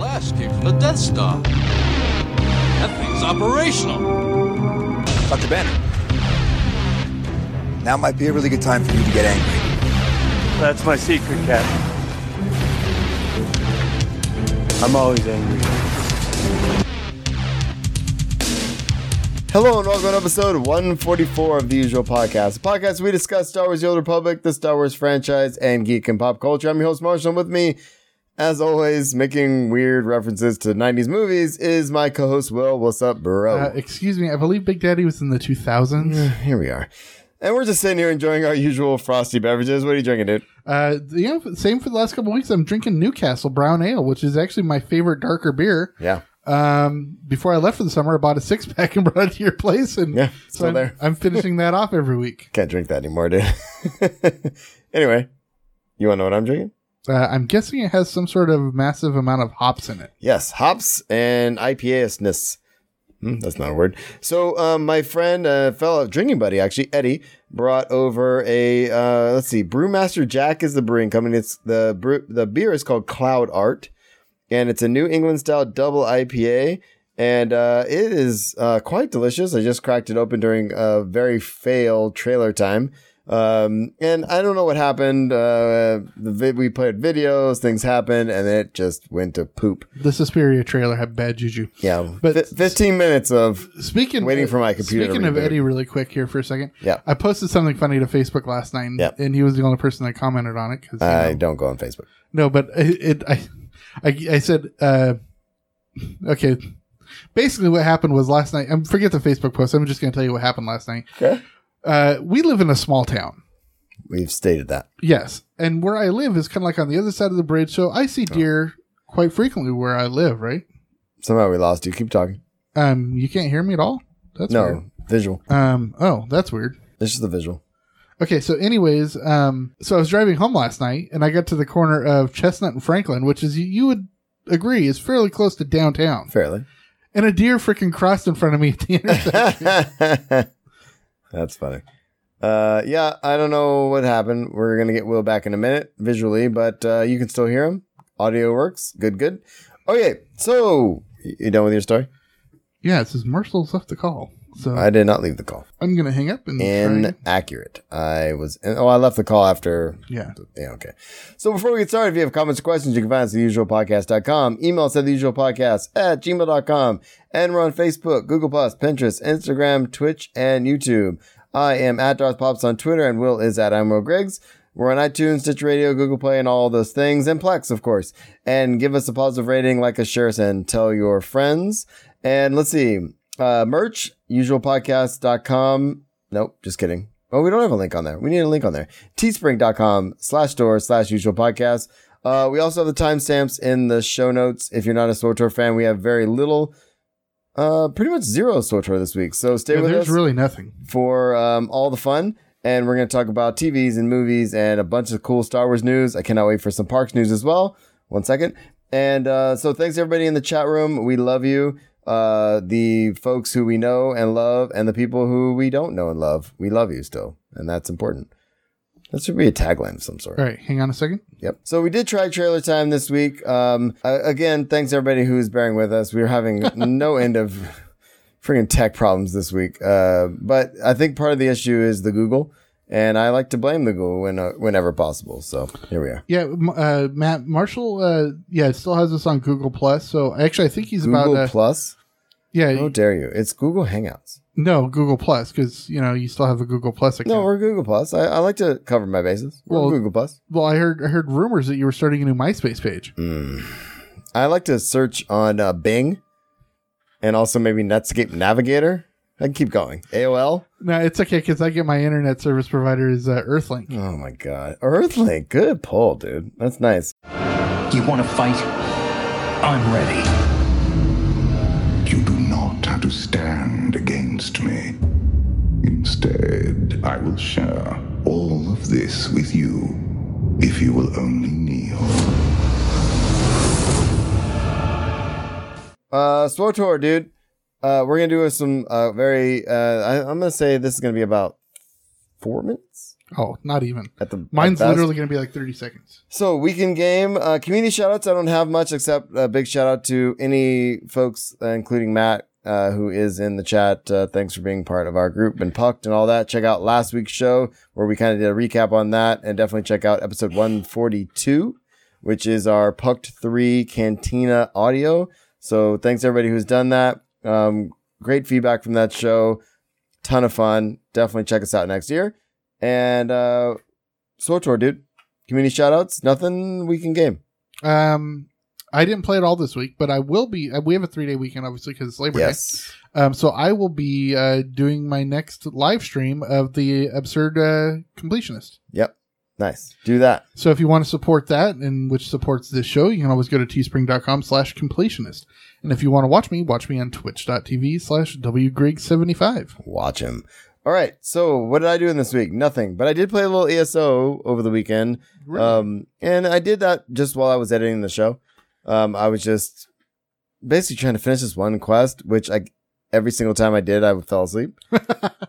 The Death Star. That thing's operational. Dr. Banner. Now might be a really good time for you to get angry. That's my secret, Captain. I'm always angry. Hello and welcome to episode 144 of the usual podcast. The podcast we discuss Star Wars The Old Republic, the Star Wars franchise, and geek and pop culture. I'm your host Marshall. and With me, as always, making weird references to 90s movies is my co-host Will. What's up, bro? Uh, excuse me, I believe Big Daddy was in the 2000s. here we are. And we're just sitting here enjoying our usual frosty beverages. What are you drinking, dude? Uh, you know, same for the last couple weeks. I'm drinking Newcastle Brown Ale, which is actually my favorite darker beer. Yeah. Um, before I left for the summer, I bought a six pack and brought it to your place, and Yeah, so still I'm, there. I'm finishing that off every week. Can't drink that anymore, dude. anyway, you want to know what I'm drinking? Uh, I'm guessing it has some sort of massive amount of hops in it. Yes, hops and IPA-ness. Hmm, that's not a word. So, um, my friend, uh, fellow drinking buddy, actually, Eddie, brought over a, uh, let's see, Brewmaster Jack is the brewing company. It's the brew, the beer is called Cloud Art, and it's a New England style double IPA, and uh, it is uh, quite delicious. I just cracked it open during a very fail trailer time. Um, and I don't know what happened. Uh, the vid- we played videos, things happened, and it just went to poop. The Suspiria trailer had bad juju. Yeah, But- Fi 15 minutes of Speaking Waiting for my computer to Speaking of reboot. Eddie, really quick here for a second. Yeah. I posted something funny to Facebook last night, Yep. and he was the only person that commented on it because I don't go on Facebook. No, but it, it I, I, I said, uh, okay. Basically, what happened was last night. Um, forget the Facebook post. I'm just going to tell you what happened last night. Okay. Uh, we live in a small town. We've stated that. Yes, and where I live is kind of like on the other side of the bridge, so I see deer quite frequently where I live. Right? Somehow we lost you. Keep talking. Um, you can't hear me at all. That's no Weird. visual. Um. Oh, that's weird. This is the visual. Okay, so anyways, um, so I was driving home last night, and I got to the corner of Chestnut and Franklin, which is you, you would agree is fairly close to downtown. Fairly. and a deer freaking crossed in front of me at the intersection. That's funny. Uh, yeah, I don't know what happened. We're gonna get Will back in a minute visually, but uh, you can still hear him. Audio works. Good, good. Okay, so y- you done with your story? yeah, it says Marshall's left the call. So I did not leave the call. I'm going to hang up and. try- Inaccurate. I was. Oh, I left the call after yeah. Yeah, okay. So before we get started, if you have comments or questions, you can find us at theusualpodcast.com. Email us at theusualpodcast at gmail.com. And we're on Facebook, Google Plus, Pinterest, Instagram, Twitch, and YouTube. I am at Darth Pops on Twitter, and Will is at I'm Will Griggs. We're on iTunes, Stitch Radio, Google Play, and all those things, and Plex, of course. And give us a positive rating, like us, share us, and tell your friends. And let's see, uh, merch, usualpodcast.com. Nope, just kidding. Oh, we don't have a link on there. We need a link on there. Teespring.com slash store slash usual podcast. Uh, we also have the timestamps in the show notes. If you're not a SWTOR fan, we have very little, uh, pretty much zero SWTOR this week. So stay Yeah, with there's us really nothing. for um, all the fun. And we're going to talk about TVs and movies and a bunch of cool Star Wars news. I cannot wait for some parks news as well. One second. And uh, so thanks everybody in the chat room. We love you. Uh, the folks who we know and love and the people who we don't know and love. We love you still. And that's important. That should be a tagline of some sort. All right, hang on a second. Yep. So we did try trailer time this week. Um, uh, again, thanks everybody who's bearing with us. We are having no end of friggin' tech problems this week. Uh, but I think part of the issue is the Google, and I like to blame the Google when, uh, whenever possible. So here we are. Yeah, M- uh, Matt Marshall. Uh, yeah, it still has us on Google Plus. So actually, I think he's Google about. Uh, Plus? yeah, How dare you? It's Google Hangouts. no Google Plus because you know you still have a Google Plus account. No, we're Google Plus. I, I like to cover my bases. We're Well- Google Plus. well, I heard I heard rumors that you were starting a new MySpace page. Mm. I like to search on uh, Bing, and also maybe Netscape Navigator. I can keep going. AOL. No, it's okay because I get my internet service provider is uh, Earthlink. Oh my god. Earthling, good pull, dude. That's nice. You want to fight? I'm ready. You do not have to stand against me. Instead, I will share all of this with you if you will only kneel. Uh Swotor, dude. Uh we're gonna do some uh very uh I, I'm gonna say this is gonna be about four minutes. Oh, not even. At the- Mine's at best. literally going to be like 30 seconds. So weekend game uh, community shout outs. I don't have much except a big shout out to any folks, uh, including Matt, uh, who is in the chat. Uh, thanks for being part of our group, been pucked and all that. Check out last week's show where we kind of did a recap on that, and definitely check out episode one forty two, which is our pucked three cantina audio. So thanks everybody who's done that. Um, great feedback from that show. Ton of fun. Definitely check us out next year. And uh, Sotor, dude. Community shoutouts, nothing we can game. Um, I didn't play it all this week, but I will be. uh, We have a three day weekend, obviously, because it's Labor Day. Um, so I will be uh, doing my next live stream of the Absurd uh, Completionist. Yep. Nice. Do that. So if you want to support that and which supports this show, you can always go to teespring.com slash completionist. And if you want to watch me, watch me on twitch.tv slash wgrig75. Watch him. All right. So what did I do in this week? Nothing. But I did play a little ESO over the weekend. Um, and I did that just while I was editing the show. Um, I was just basically trying to finish this one quest, which I every single time I did, I fell asleep.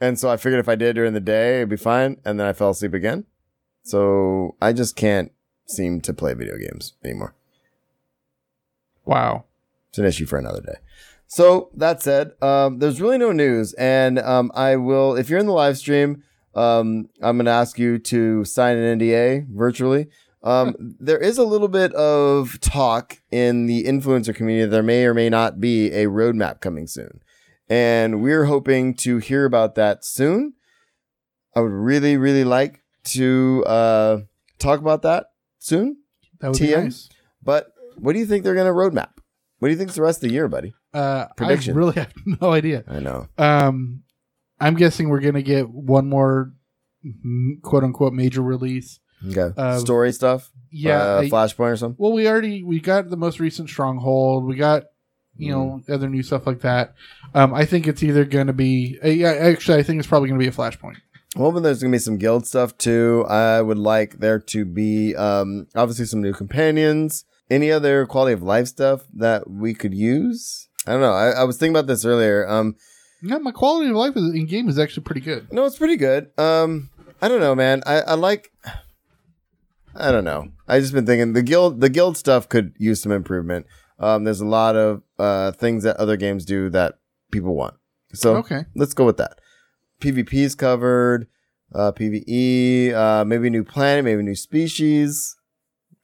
and so I figured if I did during the day, it'd be fine. And then I fell asleep again. So I just can't seem to play video games anymore. Wow. it's an issue for another day. So that said, um, there's really no news, and um, I will. If you're in the live stream, um, I'm going to ask you to sign an NDA virtually. Um, there is a little bit of talk in the influencer community. There may or may not be a roadmap coming soon, and we're hoping to hear about that soon. I would really, really like to uh, talk about that soon. That would be TM? nice. But what do you think they're going to roadmap? What do you think's the rest of the year, buddy? Uh, Prediction. I really have no idea. I know. Um, I'm guessing we're going to get one more mm, quote unquote major release. Okay. Uh, Story stuff. Yeah. Uh, I- Flashpoint or something. well, we already, we got the most recent Stronghold. We got, you Mm. know, other new stuff like that. Um, I think it's either going to be, uh, yeah, actually, I think it's probably going to be a Flashpoint. I'm hoping there's gonna be some guild stuff too. I would like there to be um obviously some new companions. Any other quality of life stuff that we could use? I don't know. I, I was thinking about this earlier. Um, Yeah, my quality of life is- in game is actually pretty good. no, it's pretty good. Um, I don't know, man. I, I like. I don't know. I just been thinking the guild the guild stuff could use some improvement. Um, there's a lot of uh things that other games do that people want. So Okay. let's go with that. PvP is covered. Uh, PVE, uh, maybe a new planet, maybe a new species.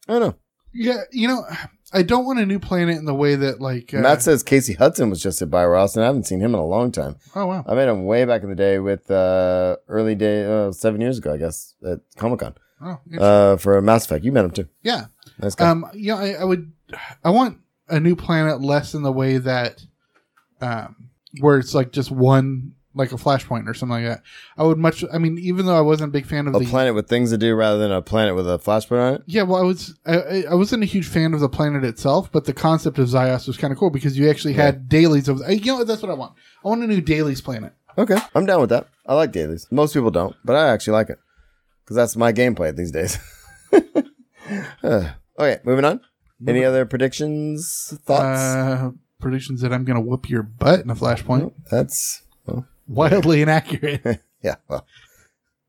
I don't know. Yeah, you know, I don't want a new planet in the way that like uh, Matt says Casey Hudson was just at Byross, and I haven't seen him in a long time. Oh wow. I met him way back in the day with uh, early day, uh, seven years ago, I guess, at Comic Con Oh, interesting. uh, for Mass Effect. You met him too. yeah. Nice guy. Um, you know, I, I would, I want a new planet less in the way that, um, where it's like just one like a flashpoint or something like that. I would much. I mean, even though I wasn't a big fan of a the. planet with things to do rather than a planet with a flashpoint on it. yeah, well, I was I, I- I wasn't a huge fan of the planet itself, but the concept of Zios was kind of cool because you actually had dailies of. You know, that's what I want. I want a new dailies planet. Okay, I'm down with that. I like dailies. Most people don't, but I actually like it because that's my gameplay these days. Uh, okay, moving on. Any other predictions, thoughts? Uh, predictions that I'm going to whoop your butt in a flashpoint. that's Wildly inaccurate. yeah. Well,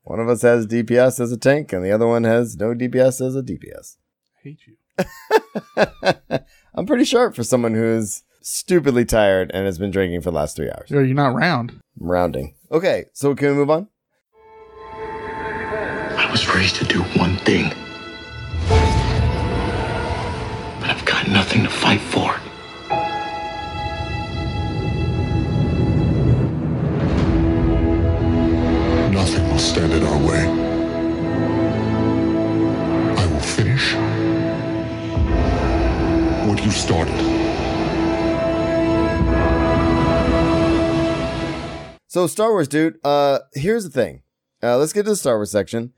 one of us has DPS as a tank, and the other one has no DPS as a DPS. hate you. I'm pretty sharp for someone who's stupidly tired and has been drinking for the last three hours. You're, you're not round. I'm rounding. Okay, so can we move on? I was raised to do one thing. But I've got nothing to fight for. Nothing will stand in our way. I will finish what you started. So Star Wars, dude. Uh, here's the thing. Uh, let's get to the Star Wars section.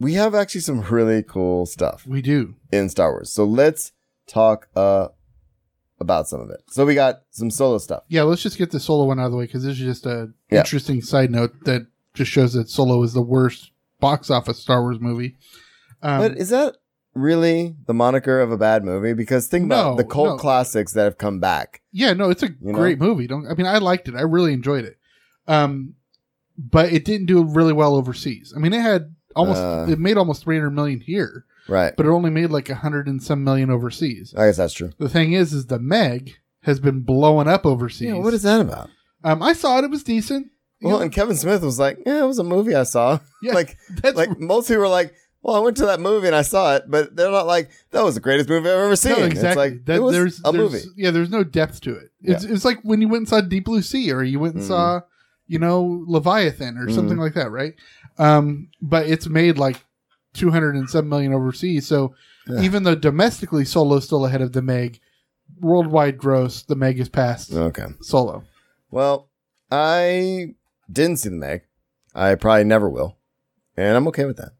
We have actually some really cool stuff We do. in Star Wars. So let's talk uh about some of it. So we got some solo stuff. Yeah, let's just get the solo one out of the way because this is just a Yeah. interesting side note that just shows that Solo is the worst box office Star Wars movie. Um, but is that really the moniker of a bad movie? Because think No, about the cult no. classics that have come back. yeah, no, it's a You know? great movie. Don't I mean I liked it. I really enjoyed it. Um, but it didn't do really well overseas. I mean, it had almost Uh. it made almost 300 million here, Right. but it only made like 100 and some million overseas. I guess that's true. The thing is is the Meg has been blowing up overseas. Yeah, what is that about? Um I saw it it was decent. You Well, know, and Kevin Smith was like, "Yeah, it was a movie I saw." Yeah, like, that's like most people were like, "Well, I went to that movie and I saw it," but they're not like, "That was the greatest movie I've ever seen." No, It's exactly. like that, it was there's, a there's- movie. Yeah, there's no depth to it. It's, it's like when you went and saw Deep Blue Sea, or you went and Mm. saw, you know, Leviathan, or something like that, right? Um, but it's made like two hundred and seven million overseas. So even though domestically Solo's still ahead of the Meg, worldwide gross, the Meg is past Okay. Solo. Well, I didn't see the Meg. I probably never will, and I'm okay with that.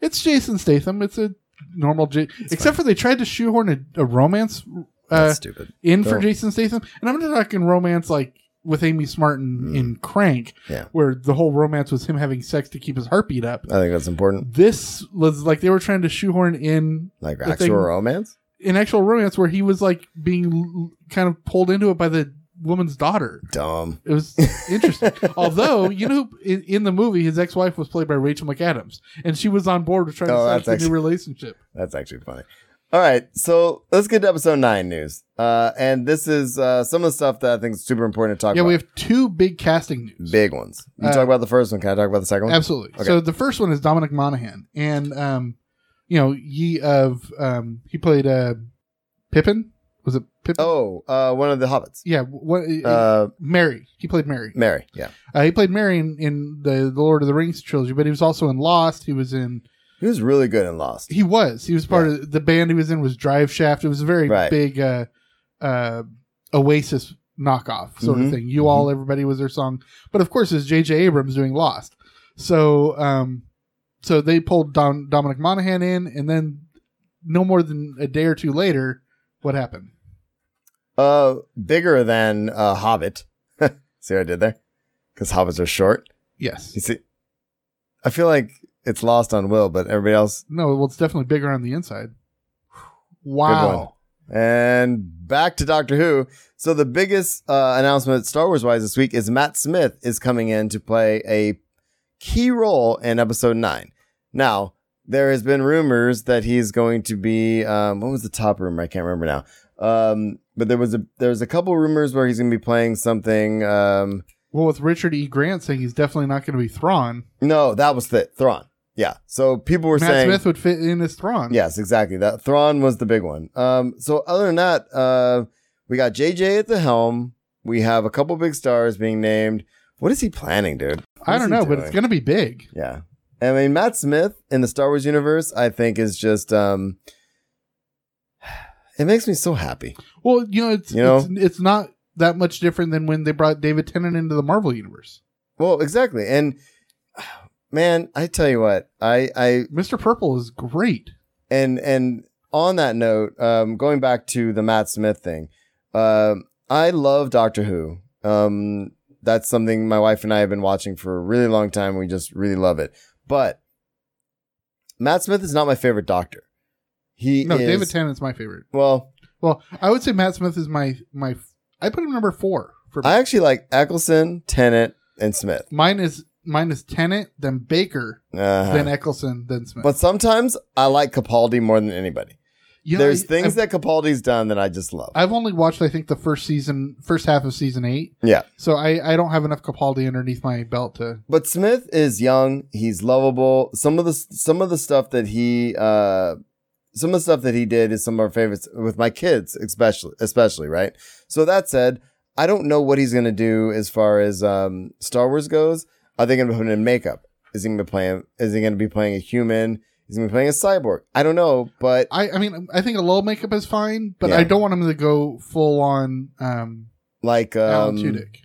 It's Jason Statham. It's a normal, J- except for they tried to shoehorn a, a romance uh, That's stupid. in for Don't. Jason Statham, and I'm not talking romance like with Amy Smart in, in Crank, Mm. Yeah. where the whole romance was him having sex to keep his heartbeat up. I think that's important. This was like they were trying to shoehorn in Like the actual thing- romance. an actual romance where he was like being l- kind of pulled into it by the woman's daughter. Dumb. It was interesting. Although, you know, in, in the movie, his ex wife was played by Rachel McAdams, and she was on board with trying Oh, to that's start a new actually- relationship. That's actually funny. All right, so let's get to episode nine news. Uh, and this is uh, some of the stuff that I think is super important to talk Yeah, about. we have two big casting news. big ones. You Uh, talk about the first one. Can I talk about the second one? Absolutely. Okay. So the first one is Dominic Monaghan, and um, you know, ye of um, he played uh, Pippin. Was it Pippin? Oh, uh, one of the hobbits. yeah. What? Uh, Mary. He played Mary. Mary. Yeah, Uh, he played Mary in, in the, the Lord of the Rings trilogy, but he was also in Lost. He was in. he was really good in Lost. He was. He was part of the band. He was in was Drive Shaft. It was a very Right. big uh, uh, Oasis knockoff sort Mhm. of thing. You all, everybody was their song, but of course, it's J.J. Abrams doing Lost. So, um, so they pulled Don, Dominic Monaghan in, and then no more than a day or two later, what happened? uh, bigger than uh, Hobbit. see what I did there? Because hobbits are short. Yes. You see, I feel like it's lost on Will, but everybody else. No. Well, it's definitely bigger on the inside. Wow. And back to Doctor Who. So the biggest uh, announcement Star Wars wise this week is Matt Smith is coming in to play a key role in Episode Nine. Now there has been rumors that he's going to be um, what was the top rumor? I can't remember now. Um, but there was a there was a couple rumors where he's going to be playing something. Um, Well, with Richard E. Grant saying he's definitely not going to be Thrawn, No, that was the Thrawn. Yeah. So people were Matt saying Smith would fit in as Thrawn. Yes, exactly. That Thrawn was the big one. Um, so other than that, uh, we got JJ at the helm. We have a couple big stars being named. What is he planning, dude? I don't know, but it's going to be big. to Yeah. I mean Matt Smith in the Star Wars universe, I think is just um it makes me so happy. Well, you know, it's You know? it's, it's not that much different than when they brought David Tennant into the Marvel universe. Well, exactly. And man, I tell you what, I I Mister Purple is great. and and on that note, um, going back to the Matt Smith thing, um, I love Doctor Who. Um, that's something my wife and I have been watching for a really long time. We just really love it. But Matt Smith is not my favorite Doctor. He No, is, David Tennant's my favorite. Well, Well, I would say Matt Smith is my my. I put him number four for I actually like Eccleston, Tennant, and Smith. mine is mine is Tennant, then Baker, Uh-huh. then Eccleston, then Smith. but sometimes I like Capaldi more than anybody. You know, There's I- things that I've, Capaldi's done that I just love. I've only watched. I think the first season, first half of season eight. yeah. So I I don't have enough Capaldi underneath my belt to. But Smith is young. He's lovable. Some of the some of the stuff that he uh, some of the stuff that he did is some of our favorites with my kids, especially especially right. So that said, I don't know what he's gonna do as far as um, Star Wars goes. Are they gonna put him in makeup? Is he gonna be playing? Is he gonna be playing a human? Is he gonna be playing a cyborg? I don't know, but I I mean I think a low makeup is fine, but Yeah. I don't want him to go full on um, like Alan um, Tudyk.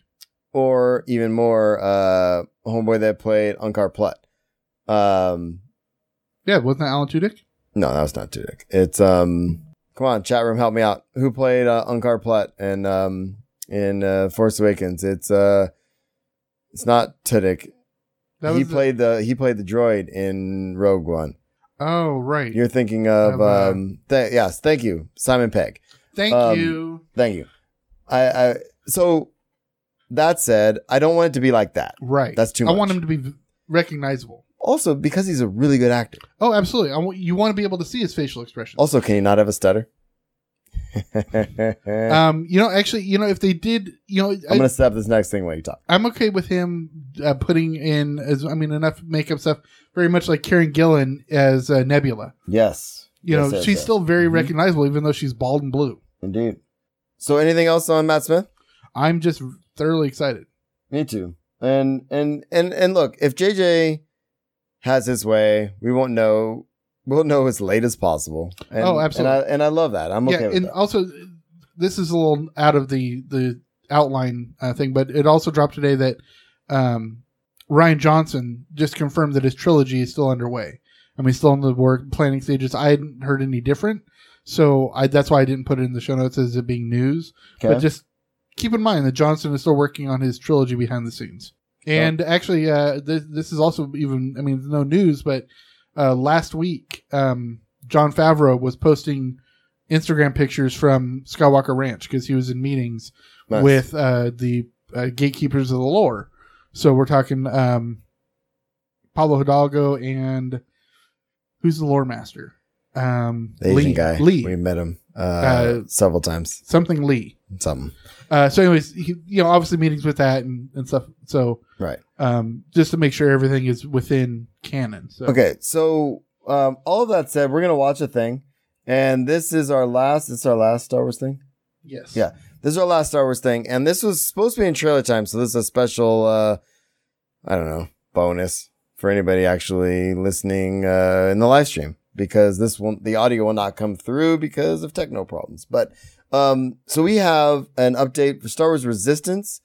or even more uh, homeboy that played Unkar Plutt. Um, Yeah, wasn't that Alan Tudyk? No, that was not Tudyk. It's um, come on, chat room, help me out. Who played uh, Unkar Plutt and um in uh, Force Awakens? It's uh, it's not Tudyk. That he was the- played the he played the droid in Rogue One. oh right. You're thinking of Of, uh, um, th- yes, thank you, Simon Pegg. Thank um, you. Thank you. I, I so That said, I don't want it to be like that. Right. That's too I want much. him to be v- recognizable. Also, because he's a really good actor. Oh, absolutely. I want, you want to be able to see his facial expressions. Also, can he not have a stutter? I'm um, you know, actually, you know, if they did, you know, I, gonna stop this next thing while you talk. I'm okay with him uh, putting in as I mean enough makeup stuff, very much like Karen Gillan as uh, Nebula. Yes. You Yes, know, yes, she's yes. Mm-hmm. still very recognizable, even though she's bald and blue. Indeed. So, anything else on Matt Smith? I'm just thoroughly excited. Me too. And and and and look, if JJ has his way, we won't know. We'll know as late as possible. And, Oh, absolutely. And I, and I love that. I'm okay yeah, with and that. also this is a little out of the the outline uh, thing, but it also dropped today that um, Ryan Johnson just confirmed that his trilogy is still underway. I mean, still in the work planning stages. I hadn't heard any different, so I, that's why I didn't put it in the show notes as it being news. But Okay. just keep in mind that Johnson is still working on his trilogy behind the scenes. And actually, uh, this, this is also even, I mean, no news, but uh, last week, um, John Favreau was posting Instagram pictures from Skywalker Ranch because he was in meetings Nice. with uh, the uh, gatekeepers of the lore. So we're talking um, Pablo Hidalgo and who's the lore master? Um, the Asian Lee, guy. Lee. We met him uh, Uh, several times. Something Lee. Something. Uh, so, anyways, he, you know, obviously meetings with that and, and stuff. So, Right. um, just to make sure everything is within canon. So. Okay. So um, all that said, we're gonna watch a thing, and this is our last. It's our last Star Wars thing. Yes. Yeah. This is our last Star Wars thing, and this was supposed to be in trailer time, so this is a special, uh, I don't know, bonus for anybody actually listening uh, in the live stream because this one, the audio will not come through because of techno problems. But um, so we have an update for Star Wars Resistance.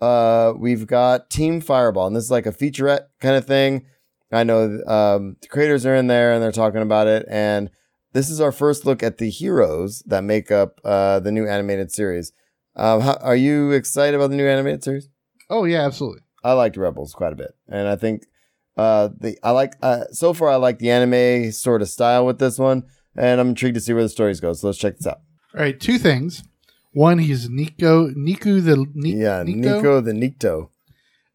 Uh, we've got Team Fireball, and this is like a featurette kind of thing. I know um, the creators are in there and they're talking about it, and this is our first look at the heroes that make up uh, the new animated series. Um, how, are you excited about the new animated series? Oh yeah, absolutely. I liked Rebels quite a bit, and I think uh, the I like uh, so far I like the anime sort of style with this one, and I'm intrigued to see where the stories go. So let's check this out. All right, two things. One, he's Nico, Niku the Ni- yeah, Nico, Nico, the Nikto.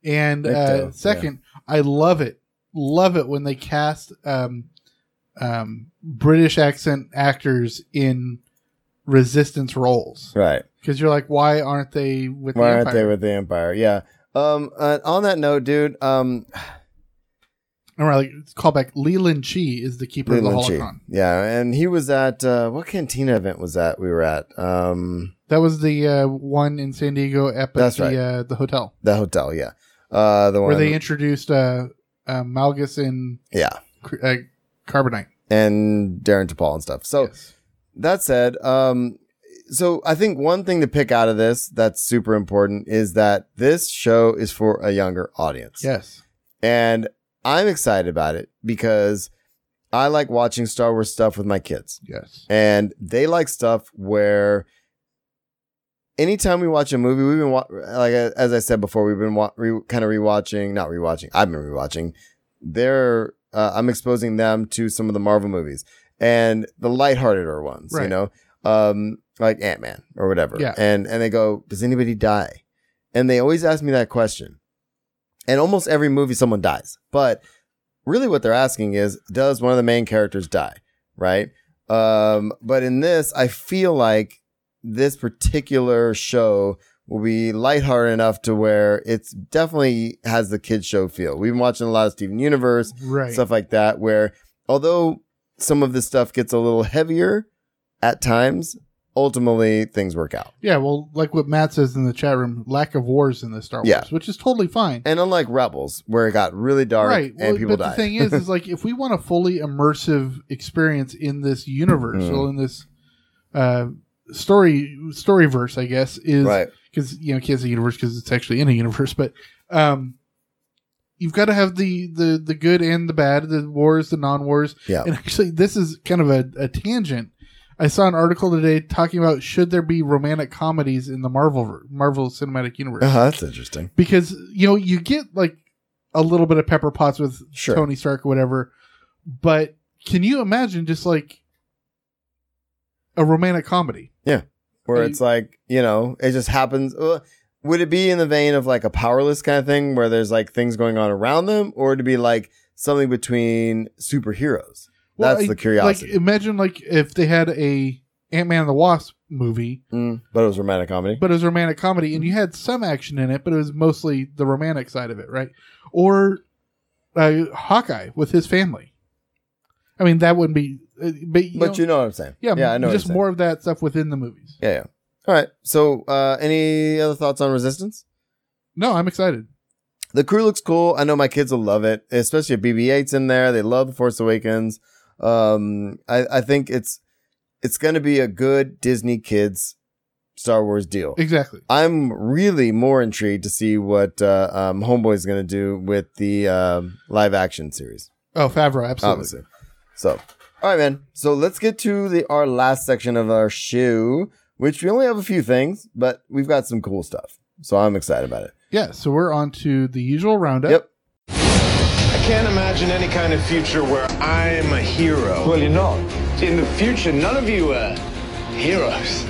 and Nikto, yeah. uh, second, I love it, love it when they cast um, um, British accent actors in resistance roles Right. because you're like, why aren't they with Why the aren't they Empire? with the Empire? Yeah. Um. uh, on that note, dude. Um. And we're like, call back Leland Chi is the keeper Leland of the Chi. holocron. Yeah, and he was at uh, what cantina event was that we were at? Um. That was the uh, one in San Diego up at That's the right. uh, the hotel The hotel, yeah. Uh, the one. where they introduced uh, uh, Malgus and yeah, Cr- uh, Carbonite. and Darren DePaul and stuff. So Yes. that said, um, so I think one thing to pick out of this that's super important is that this show is for a younger audience. yes, and I'm excited about it because I like watching Star Wars stuff with my kids. yes, and they like stuff where anytime we watch a movie we've been wa- like uh, as i said before we've been wa- re- kind of rewatching not rewatching i've been rewatching they're uh, i'm exposing them to some of the marvel movies and the lighthearteder ones you Right. know um like ant-man or whatever Yeah. and and they go does anybody die and they always ask me that question and almost every movie someone dies but really what they're asking is does one of the main characters die right um but in this i feel like this particular show will be lighthearted enough to where it's definitely has the kids show feel we've been watching a lot of steven universe right. stuff like that where although some of this stuff gets a little heavier at times ultimately things work out yeah, well, like what Matt says in the chat room, lack of wars in the Star Wars, Yeah. which is totally fine. and unlike rebels where it got really dark right. and Well, people but died the thing is, is like if we want a fully immersive experience in this universe Mm. or in this uh, story story verse, I guess is right because you know can't say universe because it's actually in a universe but um you've got to have the the the good and the bad the wars the non-wars Yeah. and actually this is kind of a, a tangent i saw an article today talking about should there be romantic comedies in the marvel marvel cinematic universe uh-huh, that's interesting because you know you get like a little bit of pepper pots with Sure. tony stark or whatever but can you imagine just like a romantic comedy where Hey. it's like you know it just happens uh, would it be in the vein of like a powerless kind of thing where there's like things going on around them, or to be like something between superheroes? Well, That's I- the curiosity. Like imagine like if they had a Ant Man and the Wasp movie, Mm, but it was romantic comedy. but it was a romantic comedy and you had some action in it, but it was mostly the romantic side of it, right? Or uh, Hawkeye with his family. I mean, that wouldn't be, uh, but you, know, but you know what I'm saying. yeah, yeah, I know. what Just you're saying. more of that stuff within the movies. Yeah, yeah. All right. So, uh, any other thoughts on Resistance? No, I'm excited. The crew looks cool. I know my kids will love it, especially if BB-8's in there. They love The Force Awakens. Um, I, I think it's it's going to be a good Disney kids Star Wars deal. Exactly. I'm really more intrigued to see what uh, um, Homeboy's going to do with the um, live action series, Oh, Favreau, absolutely. obviously. So, all right, man. So let's get to the our last section of our show, which we only have a few things, but we've got some cool stuff. So I'm excited about it. Yeah, so we're on to the usual roundup. Yep. I can't imagine any kind of future where I'm a hero. Well, you're not. In the future, none of you are heroes.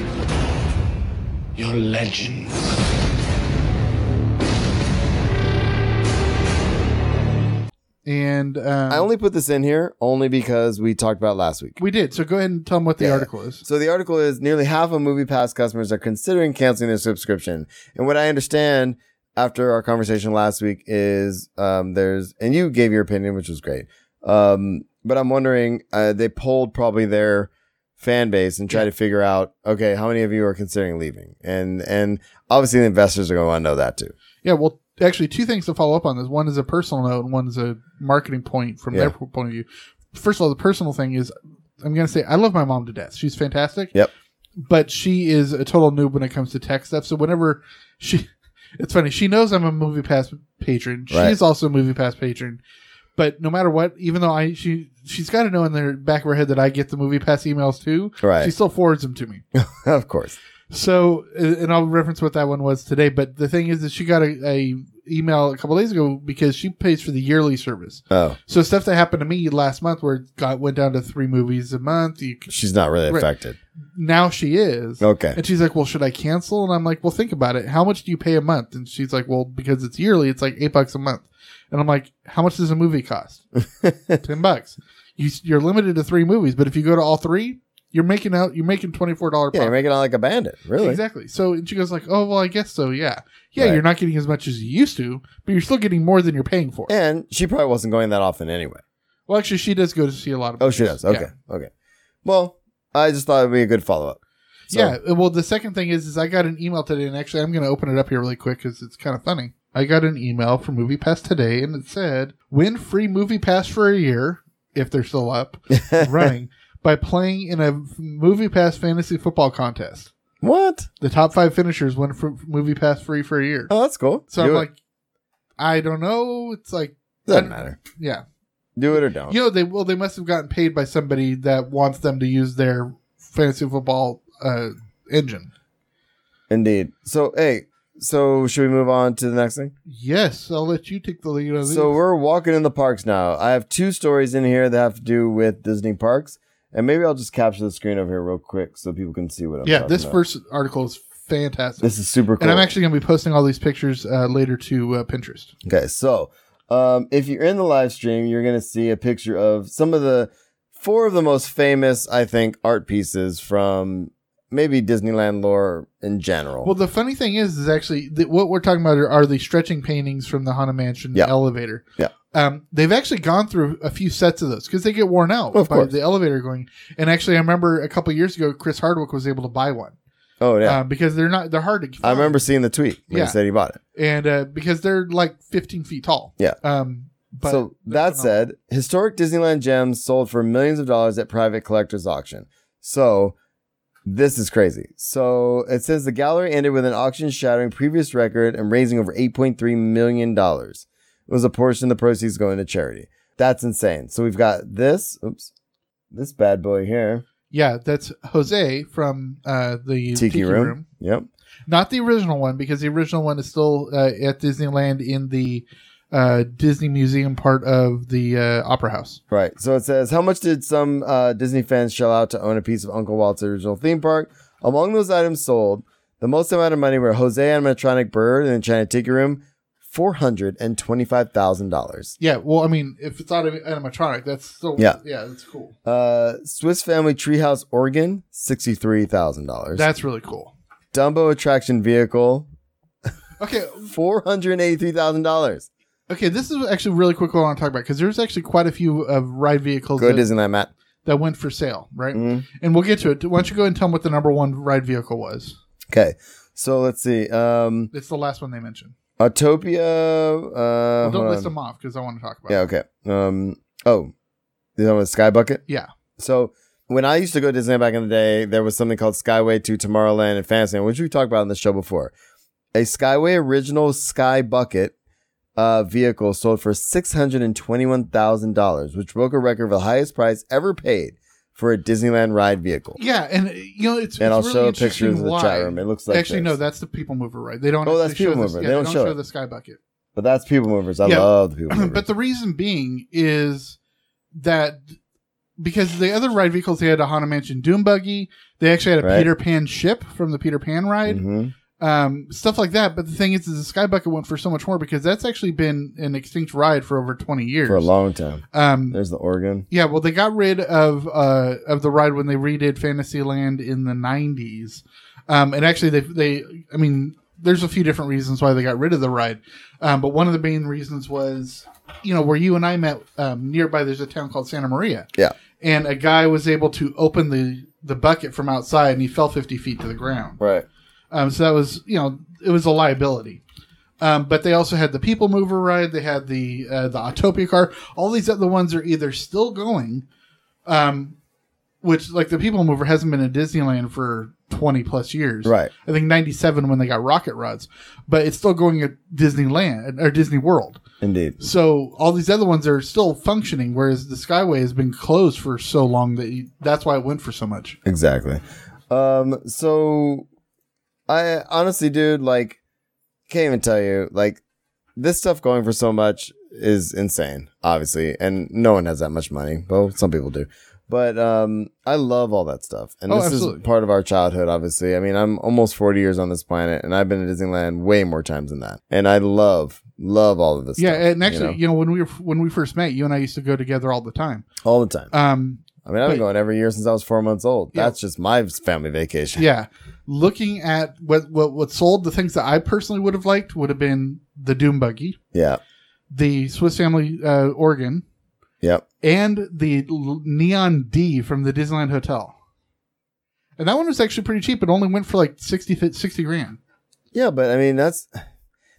You're legends. And um, I only put this in here only because we talked about it last week. we did. So go ahead and tell them what the Yeah. article is. So the article is nearly half of Movie Pass customers are considering canceling their subscription. And what I understand after our conversation last week is um, there's, and you gave your opinion, which was great. Um, but I'm wondering, uh, they polled probably their fan base and tried to figure out, okay, how many of you are considering leaving? And and obviously the investors are going to want to know that too. Yeah, well, actually, two things to follow up on this. One is a personal note, and one is a marketing point from their Yeah. point of view. First of all, the personal thing is I'm going to say I love my mom to death. She's fantastic. Yep. But she is a total noob when it comes to tech stuff. So whenever she, it's funny, she knows I'm a movie pass patron. She Right. is also a movie pass patron. But no matter what, even though I she she's got to know in the back of her head that I get the movie pass emails too. Right. She still forwards them to me. of course. So, uh, and I'll reference what that one was today. But the thing is that she got a, a email a couple days ago because she pays for the yearly service. Oh, So stuff that happened to me last month, where it got went down to three movies a month. You, c- she's not really Right. affected. now she is Okay. and she's like, "Well, should I cancel?" And I'm like, "Well, think about it. How much do you pay a month?" And she's like, "Well, because it's yearly, it's like eight bucks a month." And I'm like, "How much does a movie cost? Ten bucks. You, you're limited to three movies, but if you go to all three, you're making out you're making twenty four dollar. Yeah, you're making out like a bandit, really. Exactly. So and she goes like, "Oh well, I guess so. Yeah, yeah. Right. You're not getting as much as you used to, but you're still getting more than you're paying for." And she probably wasn't going that often anyway. Well, actually, she does go to see a lot of. Oh, she movies. does. Okay. Okay. Well, I just thought it'd be a good follow up. So- Yeah. yeah. Well, the second thing is, is I got an email today, and actually, I'm going to open it up here really quick because it's kind of funny. I got an email from Movie Pass today, and it said, "Win free Movie Pass for a year if they're still up and running by playing in a Movie Pass fantasy football contest. What? The top five finishers win for Movie Pass free for a year." Oh, that's cool. So Do I'm it. like, I don't know. It's like, doesn't matter. yeah, Do it or don't. you know, they well, they must have gotten paid by somebody that wants them to use their fantasy football uh, engine. Indeed. So hey, so should we move on to the next thing? Yes, I'll let you take the lead on this. So we're walking in the parks now. I have two stories in here that have to do with Disney parks, and maybe I'll just capture the screen over here real quick so people can see what I'm. yeah, talking this about. first article is fantastic, This is super cool. and I'm actually going to be posting all these pictures uh, later to uh, Pinterest. Okay, so um, if you're in the live stream, you're going to see a picture of some of the four of the most famous, I think, art pieces from maybe Disneyland lore in general. Well, the funny thing is, is actually that what we're talking about are, are the stretching paintings from the Haunted Mansion Yeah. elevator. Yeah. Um, they've actually gone through a few sets of those because they get worn out Of by course. the elevator going. And actually, I remember a couple years ago, Chris Hardwick was able to buy one oh yeah, uh, because they're not they're hard to. Find I remember seeing the tweet when Yeah. he said he bought it. and uh, because they're like 15 feet tall. Yeah. Um, but so that said, historic Disneyland gems sold for millions of dollars at private collectors auction. So this is crazy. So it says the gallery ended with an auction shattering previous record and raising over $8.3 million. It was a portion of the proceeds going to charity. That's insane. So we've got this, oops, this bad boy here, yeah, that's Jose from uh, the Tiki, room. Yep. not the original one because the original one is still uh, at Disneyland in the uh, Disney Museum part of the uh, Opera House. Right. So it says, how much did some uh, Disney fans shell out to own a piece of Uncle Walt's original theme park? Among those items sold, The most amount of money were Jose Animatronic Bird and China Tiki Room, four hundred and twenty-five thousand dollars. Yeah, well, I mean, if it's not an animatronic, that's still Yeah. yeah, that's cool. Uh, Swiss Family Treehouse Organ, sixty-three thousand dollars. That's really cool. Dumbo Attraction Vehicle, Okay, four hundred eighty-three thousand dollars. okay, this is actually really quick. What I want to talk about because there's actually quite a few of ride vehicles Good, that, isn't that, Matt? that went for sale, right? Mm-hmm. And we'll get to it. Why don't you go and tell them what the number one ride vehicle was? Okay, so let's see. Um, It's the last one they mentioned. Autopia. Uh, Don't hold list on. them off because I want to talk about. Yeah. it. Okay. Um. Oh, the one with Sky Bucket. Yeah. So when I used to go to Disneyland back in the day, there was something called Skyway to Tomorrowland and Fantasyland, which we talked about on the show before. A Skyway original Sky Bucket uh, vehicle sold for six hundred and twenty-one thousand dollars, which broke a record for the highest price ever paid for a Disneyland ride vehicle. Yeah, and uh, you know it's. And it's I'll really show interesting pictures of the why- chat room. It looks like actually no, this. that's the people mover, right? They don't. Oh, that's actually show People this- Mover. yeah, They don't show it. the sky bucket. But that's people movers. I Yeah. love the people movers. but the reason being is that because the other ride vehicles they had a Haunted Mansion Doom buggy, they actually had a Right. Peter Pan ship from the Peter Pan ride, Mhm. um, stuff like that. But the thing is, is the sky bucket went for so much more because that's actually been an extinct ride for over twenty years. for a long time. um, There's the organ. Yeah, well, they got rid of uh, of the ride when they redid Fantasyland in the '90s, um, and actually, they they I mean, there's a few different reasons why they got rid of the ride, um, but one of the main reasons was, you know, where you and I met um, nearby. There's a town called Santa Maria, Yeah. and a guy was able to open the the bucket from outside, and he fell 50 feet to the ground. Right. Um, so that was, you know, it was a liability. Um, but they also had the People Mover ride. They had the uh, the Autopia car. All these other ones are either still going, um, which like the People Mover hasn't been in Disneyland for twenty plus years. Right. I think ninety seven when they got Rocket Rods, but it's still going at Disneyland or Disney World. Indeed. So all these other ones are still functioning, whereas the Skyway has been closed for so long that you, that's why it went for so much. Exactly. Um, so I honestly, dude, like, can't even tell you, like, this stuff going for so much is insane, obviously, and no one has that much money. Well, some people do. But um, I love all that stuff, and Oh, this absolutely. is part of our childhood. Obviously, I mean, I'm almost 40 years on this planet, and I've been to Disneyland way more times than that. And I love, love all of this. Yeah, stuff, and you actually, know, you know, when we were, when we first met, you and I used to go together all the time. all the time. Um, I mean, I've been but- going every year since I was four months old. Yeah. That's just my family vacation. yeah, looking at what what what sold, the things that I personally would have liked would have been the Doom buggy, yeah, the Swiss Family uh, organ, yep. and the l- Neon D from the Disneyland Hotel. And that one was actually pretty cheap. It only went for like 60, fi- 60 grand. Yeah, but I mean that's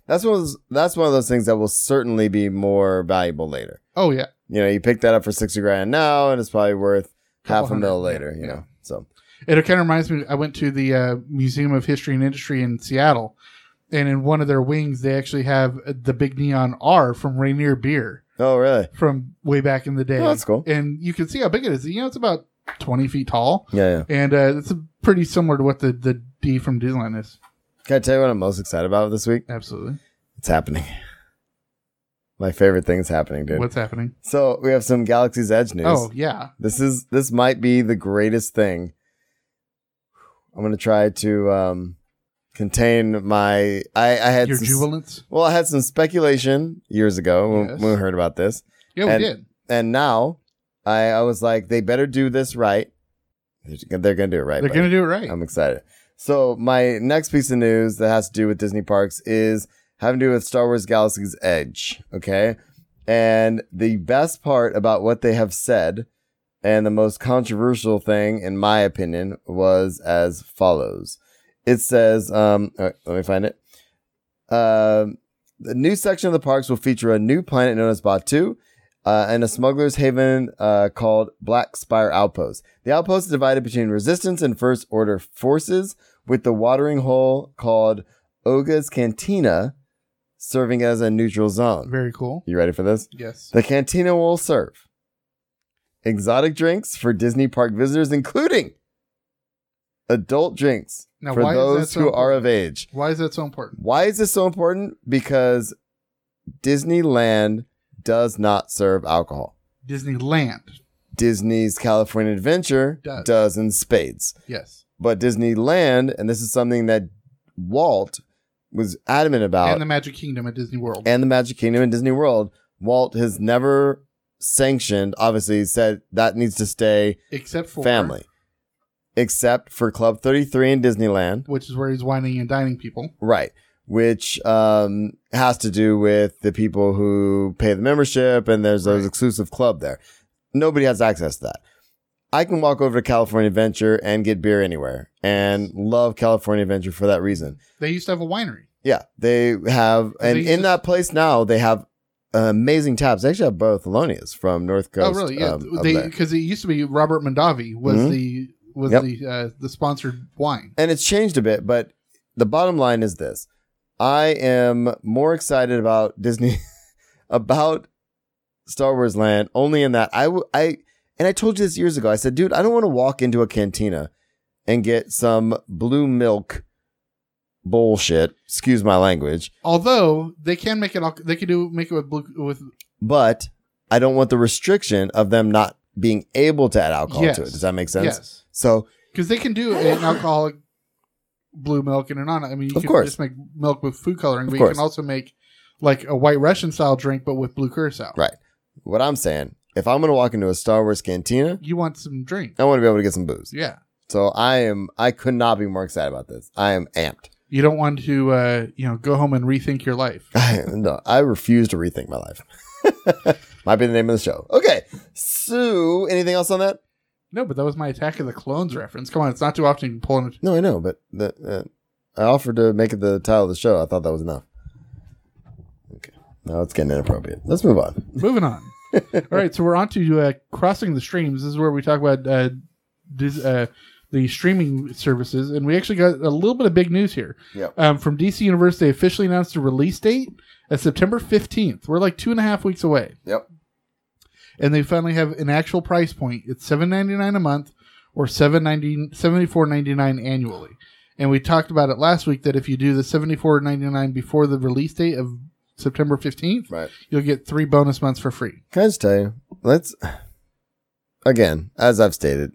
that's one of those, that's one of those things that will certainly be more valuable later. Oh yeah, You know, you pick that up for sixty grand now, and it's probably worth Couple half a mil hundred, later. yeah, You yeah. know, so it kind of reminds me. I went to the uh, Museum of History and Industry in Seattle, and in one of their wings, they actually have uh, the big neon R from Rainier Beer. oh really? from way back in the day. Oh, that's cool. And you can see how big it is. You know, it's about 20 feet tall. Yeah, yeah. And uh, it's a- pretty similar to what the, the D from Disneyland is. Can I tell you what I'm most excited about this week? Absolutely. It's happening. My favorite thing is happening, dude. What's happening? So we have some Galaxy's Edge news. Oh, yeah. This is this might be the greatest thing. I'm gonna try to um, contain my. I, I had Your some- jubilance? Well, I had some speculation years ago when, Yes. when we heard about this, Yeah, we And- did. and now I, I was like, they better do this right. They're, they're gonna do it Um, right. They're going buddy. to do it right. I'm excited. So my next piece of news that has to do with Disney parks is having to do with Star Wars Galaxy's Edge. Okay, and the best part about what they have said, and the most controversial thing, in my opinion, was as follows. It says, um, all right, let me find it. Um, the new section of the parks will feature a new planet known as Batu uh, and a smuggler's haven uh, called Black Spire Outpost. The outpost is divided between resistance and First Order forces, with the watering hole called Oga's Cantina serving as a neutral zone. Very cool. You ready for this? Yes. The cantina will serve exotic drinks for Disney park visitors, including adult drinks Now, for why is that those so who are important? of age. Why is that so important? Why is this so important? Because Disneyland does not serve alcohol. Disneyland. Disney's California Adventure Does. does in spades. Yes. But Disneyland, and this is something that Walt was adamant about and the Magic Kingdom at Disney World. Uh, and the Magic Kingdom and Disney World, Walt has never sanctioned, obviously said that needs to stay except for family, except for Club 33 in Disneyland. which is where he's whining and dining people. Right. Which um, has to do with the people who pay the membership, and there's those exclusive club there. Nobody has access to that. I can walk over to California Adventure and get beer anywhere, and love California Adventure for that reason. They used to have a winery. Yeah, they have, and used in to- that place now they have amazing taps. They actually have Barthelonias from North Coast. oh, really? Yeah, um, up they there. because it used to be Robert Mondavi was Mhm. the was Yep. the uh, the sponsored wine. and it's changed a bit, but the bottom line is this: I am more excited about Disney, about Star Wars Land, only in that I w- I and I told you this years ago. I said, dude, I don't want to walk into a cantina and get some blue milk bullshit. Excuse my language, Although they can make it all, they can do make it with blue with but I don't want the restriction of them not being able to add alcohol Yes. to it. Does that make sense? yes So because they can do an alcoholic blue milk and a non. I mean, you Of can course. just make milk with food coloring, but you course. can also make like a white Russian style drink, but with blue curacao. right, what I'm saying, if I'm gonna walk into a Star Wars cantina. You want some drink? I want to be able to get some booze. Yeah. So I am I could not be more excited about this. I am amped. You don't want to, uh, you know, go home and rethink your life. I no, I refuse to rethink my life. Might be the name of the show. Okay. Sue, anything else on that? No, but that was my Attack of the Clones reference. Come on, it's not too often you pull in. No, I know, but the uh, I offered to make it the title of the show. I thought that was enough. Okay. Now it's getting inappropriate. Let's move on. Moving on. All right, so we're on to uh, crossing the streams. This is where we talk about uh, dis- uh, the streaming services, and we actually got a little bit of big news here. Yep. Um, from DC Universe, they officially announced the release date as September fifteenth. We're like two and a half weeks away. Yep. And they finally have an actual price point. It's seven ninety nine a month, or seven ninety seventy four ninety nine annually. And we talked about it last week that if you do the seventy four ninety nine before the release date of September fifteenth, Right. you'll get three bonus months for free. Can I just tell you? Let's again, as I've stated,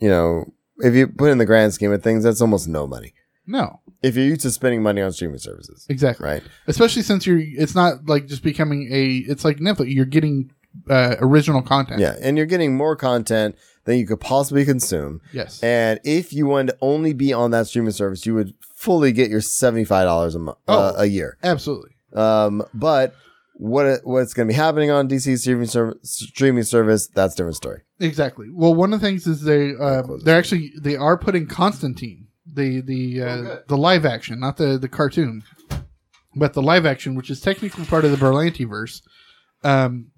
you know, if you put in the grand scheme of things, that's almost no money. No, If you're used to spending money on streaming services. exactly. Right. Especially since you're, it's not like just becoming a. It's like Netflix. You're getting uh, original content. Yeah, and you're getting more content than you could possibly consume. Yes. And if you wanted to only be on that streaming service, you would fully get your seventy five dollars a month, uh, Oh. a year. Absolutely. Um, but what what's going to be happening on DC streaming service, streaming service? That's a different story. Exactly. Well, one of the things is they uh, close they're actually they are putting Constantine the the uh, the live action, not the the cartoon, but the live action, which is technically part of the Berlantiverse. Um,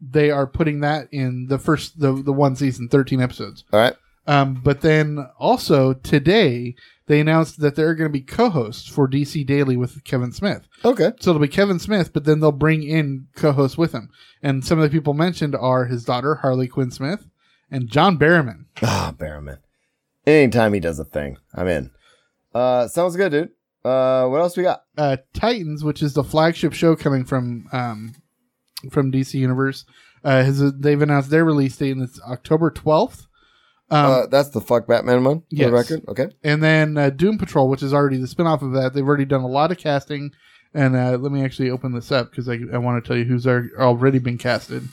they are putting that in the first the the one season, thirteen episodes. All right. Um, but then also today they announced that there are going to be co-hosts for DC Daily with Kevin Smith. Okay. So it'll be Kevin Smith, but then they'll bring in co-hosts with him. And some of the people mentioned are his daughter Harley Quinn Smith and John Barrowman. Ah, Barrowman. Anytime he does a thing, I'm in. Uh, sounds good, dude. Uh, what else we got? Uh, Titans, which is the flagship show coming from um, from DC Universe, uh, has they've announced their release date and it's October twelfth. Um, uh, that's the fuck Batman one. For Yes. the record. Okay. and then uh, Doom Patrol, which is already the spinoff of that. They've already done a lot of casting. And uh, let me actually open this up because I, I want to tell you who's ar- already been casted.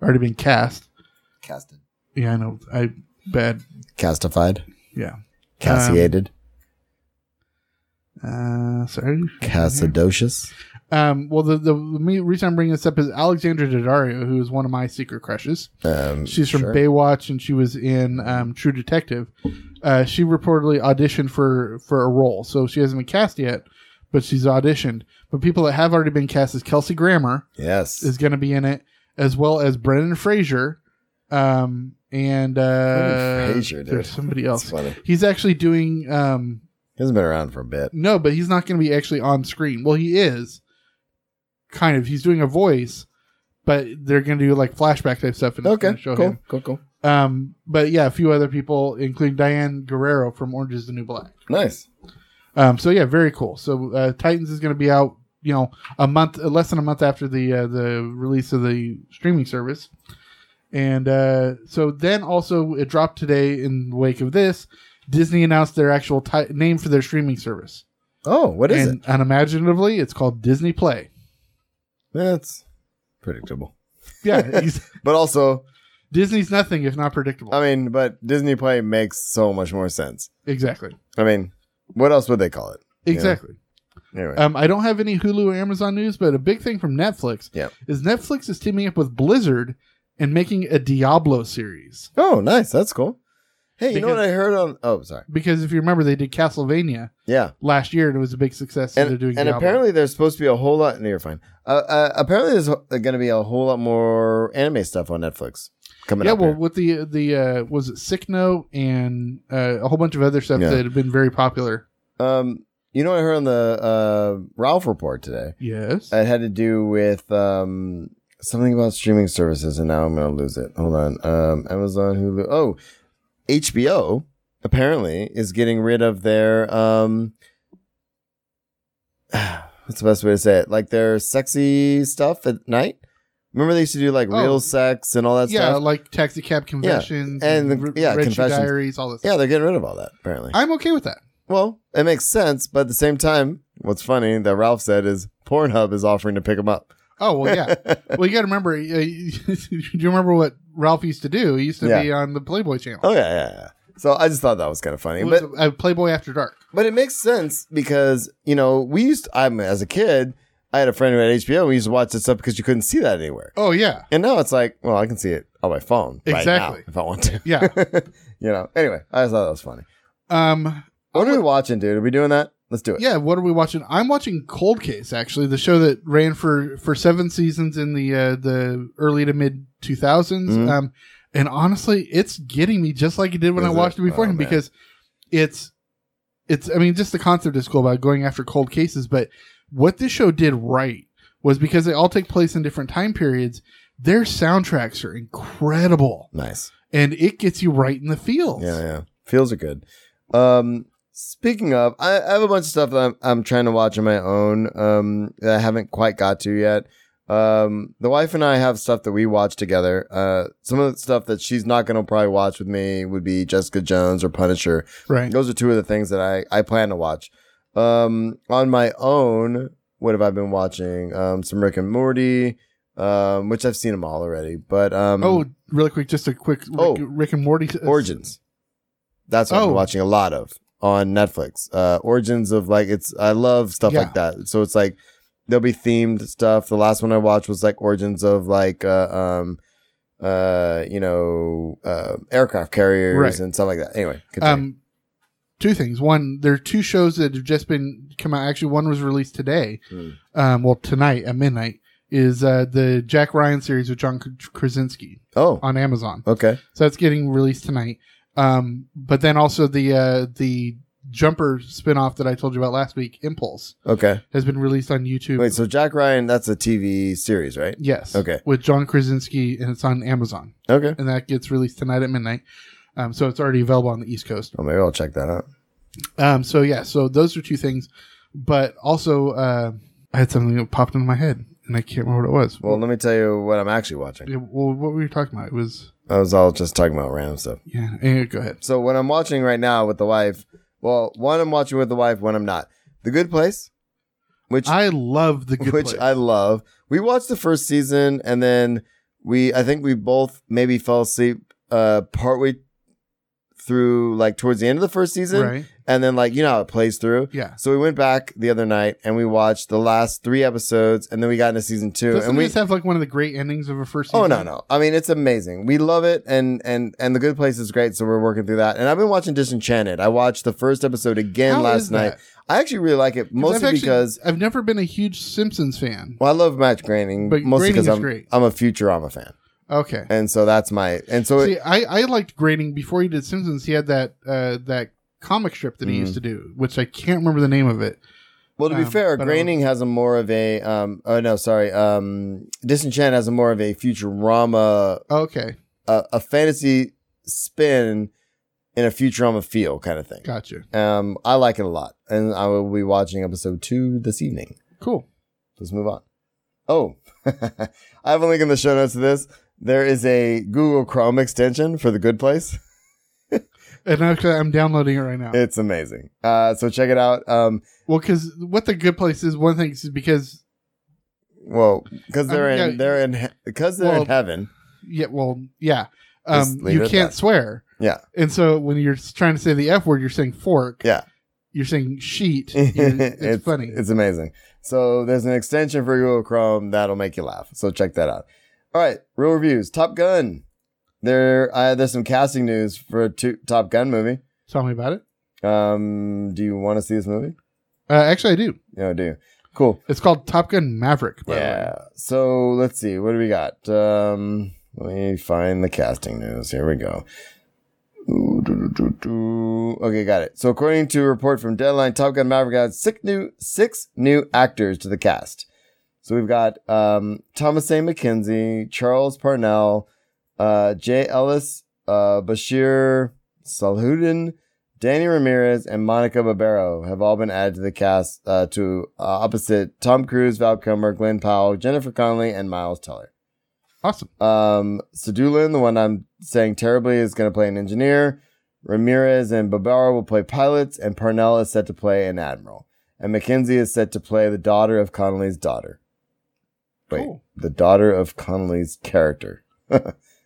Already been cast. Casted. Yeah, I know. I bad. Castified. Yeah. Cassiated. Uh, sorry. Cassidocious. Um, well, the, the me- reason I'm bringing this up is Alexandra Daddario, who is one of my secret crushes. Um, She's from sure. Baywatch, and she was in um, True Detective. Uh, she reportedly auditioned for for a role, so she hasn't been cast yet, but she's auditioned. But people that have already been cast is Kelsey Grammer Yes. is going to be in it, as well as Brendan Fraser, um, and uh, Brendan Fraser, dude. there's somebody else. funny. He's actually doing um, He hasn't been around for a bit. No, but he's not going to be actually on screen. Well, he is, kind of. He's doing a voice, but they're going to do like flashback type stuff and it's Okay, gonna show cool, him. cool, cool. Um, but yeah, a few other people, including Diane Guerrero from Orange Is the New Black. Nice. Um, so yeah, very cool. So uh, Titans is going to be out, you know, a month, uh, less than a month after the uh, the release of the streaming service, and uh, so then also it dropped today in the wake of this. Disney announced their actual ti- name for their streaming service. Oh, what is and it? unimaginatively, it's called Disney Play. That's predictable. Yeah, he's- But also, Disney's nothing if not predictable. I mean, but Disney Play makes so much more sense. exactly. I mean, what else would they call it? You know? Exactly. Anyway. Um, I don't have any Hulu or Amazon news, but a big thing from Netflix Yeah. is Netflix is teaming up with Blizzard and making a Diablo series. oh, nice. That's cool. Hey, you know what Because- I heard on? Oh, sorry. Because if you remember, they did Castlevania Yeah. last year and it was a big success. so and, they're doing and Diablo. apparently there's supposed to be a whole lot. No, you're fine. Uh, uh, apparently there's going to be a whole lot more anime stuff on Netflix coming yeah, up. well, here. with the the uh, was it Sickno and uh, a whole bunch of other stuff Yeah. that have been very popular. um, you know what I heard on the uh, Ralph report today? Yes, It had to do with um, something about streaming services, and now I'm going to lose it. Hold on. Um, Amazon, Hulu. Oh, HBO apparently is getting rid of their. Um, what's the best way to say it? Like their sexy stuff at night. Remember they used to do like Oh. real sex and all that yeah, stuff. like Taxi Cab Confessions and the- R- yeah, Red Shoe Confessions. Diaries, all this. Yeah, stuff. they're getting rid of all that apparently. I'm okay with that. well, it makes sense, but at the same time, what's funny that Ralph said is Pornhub is offering to pick them up. Oh well, yeah. well, you got to remember. Uh, do you remember what Ralph used to do? He used to Yeah. be on the Playboy Channel. Oh yeah, yeah, yeah. So I just thought that was kind of funny, It but was uh, Playboy After Dark. But it makes sense because you know we used. I mean, as a kid, I had a friend who had HBO. We used to watch this stuff because you couldn't see that anywhere. Oh yeah, And now it's like, well, I can see it on my phone Exactly. right now if I want to. yeah. you know. Anyway, I just thought that was funny. um, What are we watching, dude? Are we doing that? Let's do it. yeah. What are we watching? I'm watching Cold Case actually, the show that ran for for seven seasons in the uh, the early to mid 2000s. Mhm. Um, and honestly, it's getting me just like it did when Is I it? watched it, beforehand Oh, man. because it's it's. I mean, just the concept is cool about going after cold cases, but what this show did right was because they all take place in different time periods. Their soundtracks are incredible, Nice. and it gets you right in the feels. Yeah, yeah. Feels are good. Um, speaking of, I, I have a bunch of stuff that I'm, I'm trying to watch on my own um, that I haven't quite got to yet. Um, the wife and I have stuff that we watch together. Uh, some of the stuff that she's not going to probably watch with me would be Jessica Jones or Punisher. Right. Those are two of the things that I, I plan to watch. Um, on my own, what have I been watching? Um, some Rick and Morty, um, which I've seen them all already. But um, Oh, really quick, just a quick Rick, Oh. Rick and Morty uh, Origins. That's what Oh. I'm watching a lot of on Netflix. Uh, Origins of like it's I love stuff Yeah. like that. So it's like there'll be themed stuff. The last one I watched was like Origins of like uh, um uh you know uh aircraft carriers Right. and stuff like that. Anyway, continue. Um, two things. One, there are two shows that have just been come out. Actually, one was released today. Hmm. Um, well, tonight at midnight is uh, the Jack Ryan series with John Kr- Krasinski oh on Amazon. okay So that's getting released tonight. Um, but then also the uh, the Jumper spinoff that I told you about last week, Impulse, okay has been released on YouTube. wait so Jack Ryan that's a TV series right yes. Okay. With John Krasinski, and it's on Amazon, okay and that gets released tonight at midnight. Um, so it's already available on the East Coast. well maybe I'll check that out Um, so yeah, so those are two things, but also uh, I had something that popped into my head and I can't remember what it was. well let me tell you what I'm actually watching Yeah, well, what were you talking about? It was I was all just talking about random stuff yeah. eh, go ahead. So what I'm watching right now with the wife, well, one I'm watching with the wife, one I'm not. The Good Place, which I love the good which Place. I love. We watched the first season and then we I think we both maybe fell asleep uh partway through like towards the end of the first season right. and then like you know how it plays through. Yeah. So we went back the other night and we watched the last 3 episodes and then we got into season 2 Doesn't and we this have like one of the great endings of a first? Oh Season? no, no. I mean, it's amazing. We love it, and and and the Good Place is great. So we're working through that. And I've been watching Disenchanted. I watched the first episode again How is last that? night. I actually really like it, 'Cause mostly I've actually- because I've never been a huge Simpsons fan. well, I love Matt Groening, But mostly Groening because is I'm great. I'm a Futurama fan, Okay. and so that's my and so See, it, I, I liked grading before he did Simpsons. He had that uh, that comic strip that he Mm-hmm. used to do, which I can't remember the name of it. well to be um, fair, but I Groening has a more of a um oh no sorry um Disenchanted has a more of a Futurama Okay, uh, a fantasy spin in a Futurama feel kind of thing. gotcha. Um, I like it a lot, and I will be watching episode two this evening. Cool. Let's move on. Oh, I have a link in the show notes to this. There is a Google Chrome extension for the Good Place. And actually, I'm downloading it right now. It's amazing. Uh, so check it out. Um, well, because what the good place is, one thing is because well, because they're Um, in yeah. they're in because they're Well- in heaven. yeah, well, yeah, Just um, leave it you at can't that. swear, Yeah, and so when you're trying to say the f word, you're saying fork. Yeah. you're saying sheet. You're- it's, funny. It's amazing. So there's an extension for Google Chrome that'll make you laugh. So check that out. All right, real reviews. Top Gun. There, uh, there's some casting news for a two, Top Gun movie. Tell me about it. Um, do you want to see this movie? Uh, actually, I do. No, do you? Cool. It's called Top Gun Maverick. By the way. Yeah. So let's see. What do we got? Um, let me find the casting news. Here we go. Ooh, doo, doo, doo, doo. Okay, got it. So according to a report from Deadline, Top Gun Maverick adds six new six new actors to the cast. So we've got um, Thomas A. McKenzie, Charles Parnell, uh, Jay Ellis, uh, Bashir Salhudin, Danny Ramirez, and Monica Barbero have all been added to the cast uh, to uh, opposite Tom Cruise, Val Kilmer, Glenn Powell, Jennifer Connelly, and Miles Teller. Awesome. Um, Sedulin, the one I'm saying terribly, is going to play an engineer. Ramirez and Barbero will play pilots, and Parnell is set to play an admiral. And McKenzie is set to play the daughter of Connolly's daughter. Wait, Cool. the daughter of Connolly's character. Yeah,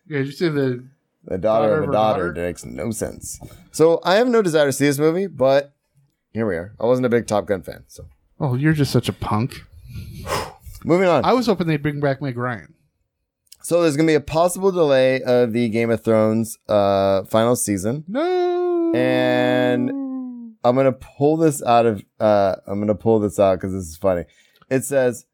did you see the The daughter, Daughter of of a a daughter. daughter. makes no sense. So I have no desire to see this movie, but here we are. I wasn't a big Top Gun fan, so Oh, you're just such a punk. moving on. I was hoping they'd bring back Meg Ryan. so there's gonna be a possible delay of the Game of Thrones uh, final season, No. and I'm gonna pull this out of. Uh, I'm gonna pull this out because this is funny. It says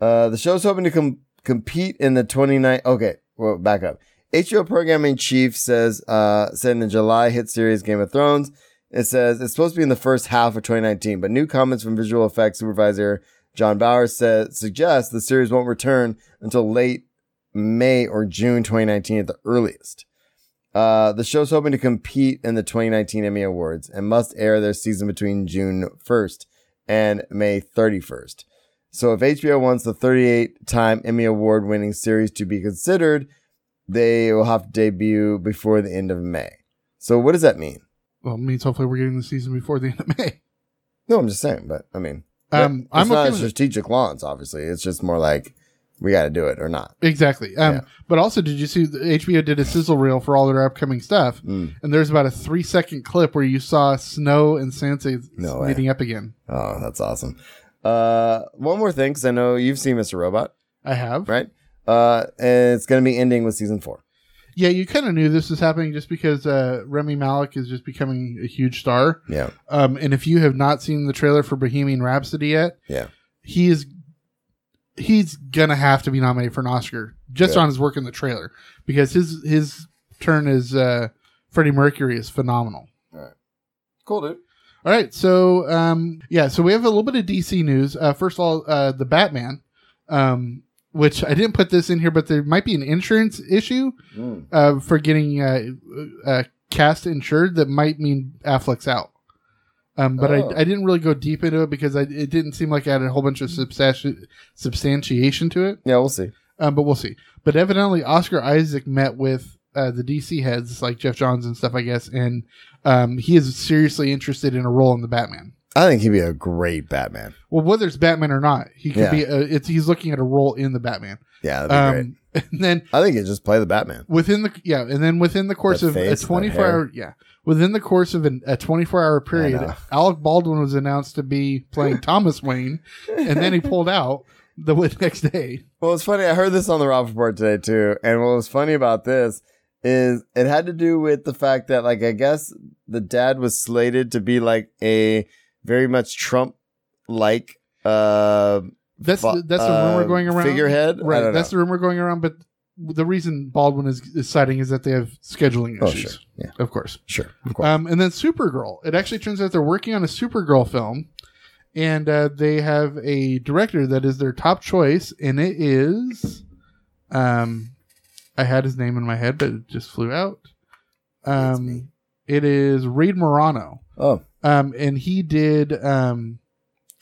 uh, the show's hoping to com- compete in the 29. Okay, well, back up. HBO programming chief says uh, said in a July hit series Game of Thrones. It says it's supposed to be in the first half of 2019, but new comments from visual effects supervisor John Bauer says suggests the series won't return until late May or June 2019 at the earliest. Uh, the show's hoping to compete in the 2019 Emmy Awards and must air their season between June 1st and May 31st. So if HBO wants the 38 time Emmy Award winning series to be considered, they will have to debut before the end of May. So what does that mean? well, it means hopefully we're getting the season before the end of May. No, I'm just saying, but I mean, Um, it's I'm not okay a with it. strategic launch, obviously. It's just more like we got to do it or not. Exactly. Um, Yeah. But also, did you see the HBO did a sizzle reel for all their upcoming stuff? Mm. And there's about a three second clip where you saw Snow and Sansa No way. meeting up again. Oh, that's awesome. Uh, one more thing, because I know you've seen Mr. Robot. I have. right? Uh, and it's going to be ending with season four. Yeah, you kind of knew this was happening just because uh, Remy Malik is just becoming a huge star. Yeah, Um, and if you have not seen the trailer for Bohemian Rhapsody yet, yeah, he is he's gonna have to be nominated for an Oscar just Yeah. on his work in the trailer because his his turn as uh, Freddie Mercury is phenomenal. cool, dude. All right, so um, yeah, so we have a little bit of DC news. Uh, first of all, uh, the Batman, um, which I didn't put this in here, but there might be an insurance issue Mm. uh, for getting uh, uh, cast insured that might mean Affleck's out. Um, but Oh. I, I didn't really go deep into it because I, it didn't seem like I had a whole bunch of substanti- substantiation to it. Yeah, we'll see. Um, but we'll see. But evidently, Oscar Isaac met with uh, the DC heads like Jeff Johns and stuff, I guess, and um, he is seriously interested in a role in the Batman. I think he'd be a great Batman. Well, whether it's Batman or not, he could Yeah. be. A, it's he's looking at a role in the Batman. Yeah, that'd be great. Um, and then I think he'd just play the Batman. within the yeah, and then within the course That of face, a that 24 hour yeah, within the course of an, a 24 hour period, know. Alec Baldwin was announced to be playing Thomas Wayne, and then he pulled out the next day. Well, it's funny. I heard this on the Rob report today too. And what was funny about this is it had to do with the fact that, like, I guess the dad was slated to be like a very much Trump like. Uh, That's fu- the, that's the uh, rumor going around. Figurehead, I right? don't That's know. the rumor going around. But the reason Baldwin is, is citing is that they have scheduling Oh, issues. sure. Yeah. Of course. sure, of course. Um, and then Supergirl. It actually turns out they're working on a Supergirl film, and uh, they have a director that is their top choice, and it is, um, I had his name in my head, but it just flew out. That's me. Um, it is Reed Morano, oh, um, and he did um,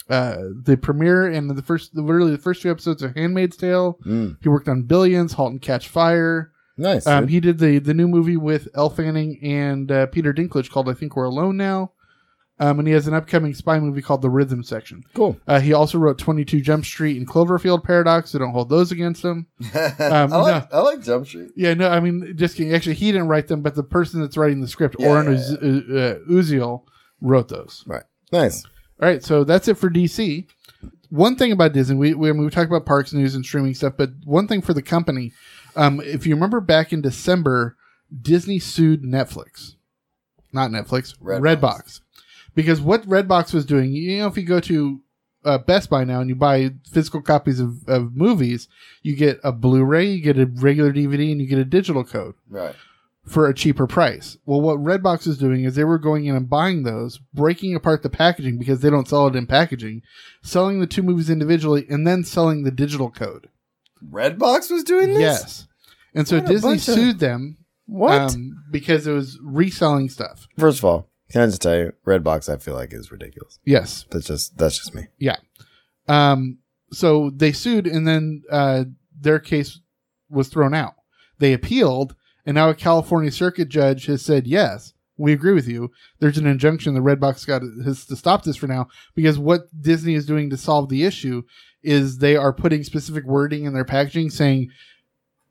uh, the premiere and the first, literally the first two episodes of Handmaid's Tale. mm, He worked on Billions, Halt and Catch Fire, Nice. Um, dude. he did the the new movie with Elle Fanning and uh, Peter Dinklage called I Think We're Alone Now. Um, and he has an upcoming spy movie called The Rhythm Section. cool. Uh, he also wrote 22 Jump Street and Cloverfield Paradox, so don't hold those against him. Um, I, like, no. I like Jump Street. Yeah, no, I mean, just kidding. Actually, he didn't write them, but the person that's writing the script, Yeah, Oren yeah, Uz- uh, Uziel, wrote those. Right. Nice. All right, so that's it for DC. One thing about Disney, we we, we talked about parks news and streaming stuff, but one thing for the company, um, if you remember back in December, Disney sued Netflix, not Netflix, Redbox. Redbox, because what Redbox was doing, you know, if you go to uh, Best Buy now and you buy physical copies of, of movies, you get a Blu-ray, you get a regular DVD, and you get a digital code Right. for a cheaper price. Well, what Redbox was doing is they were going in and buying those, breaking apart the packaging because they don't sell it in packaging, selling the two movies individually, and then selling the digital code. Redbox was doing this. Yes. And so What a Disney bunch of- sued them What? um, because it was reselling stuff. First of all, can I just tell you, Redbox, I feel like is ridiculous. Yes. That's just that's just me. Yeah. Um, so they sued, and then uh, their case was thrown out. They appealed, and now a California circuit judge has said, yes, we agree with you. There's an injunction that Redbox got has to stop this for now because what Disney is doing to solve the issue is they are putting specific wording in their packaging saying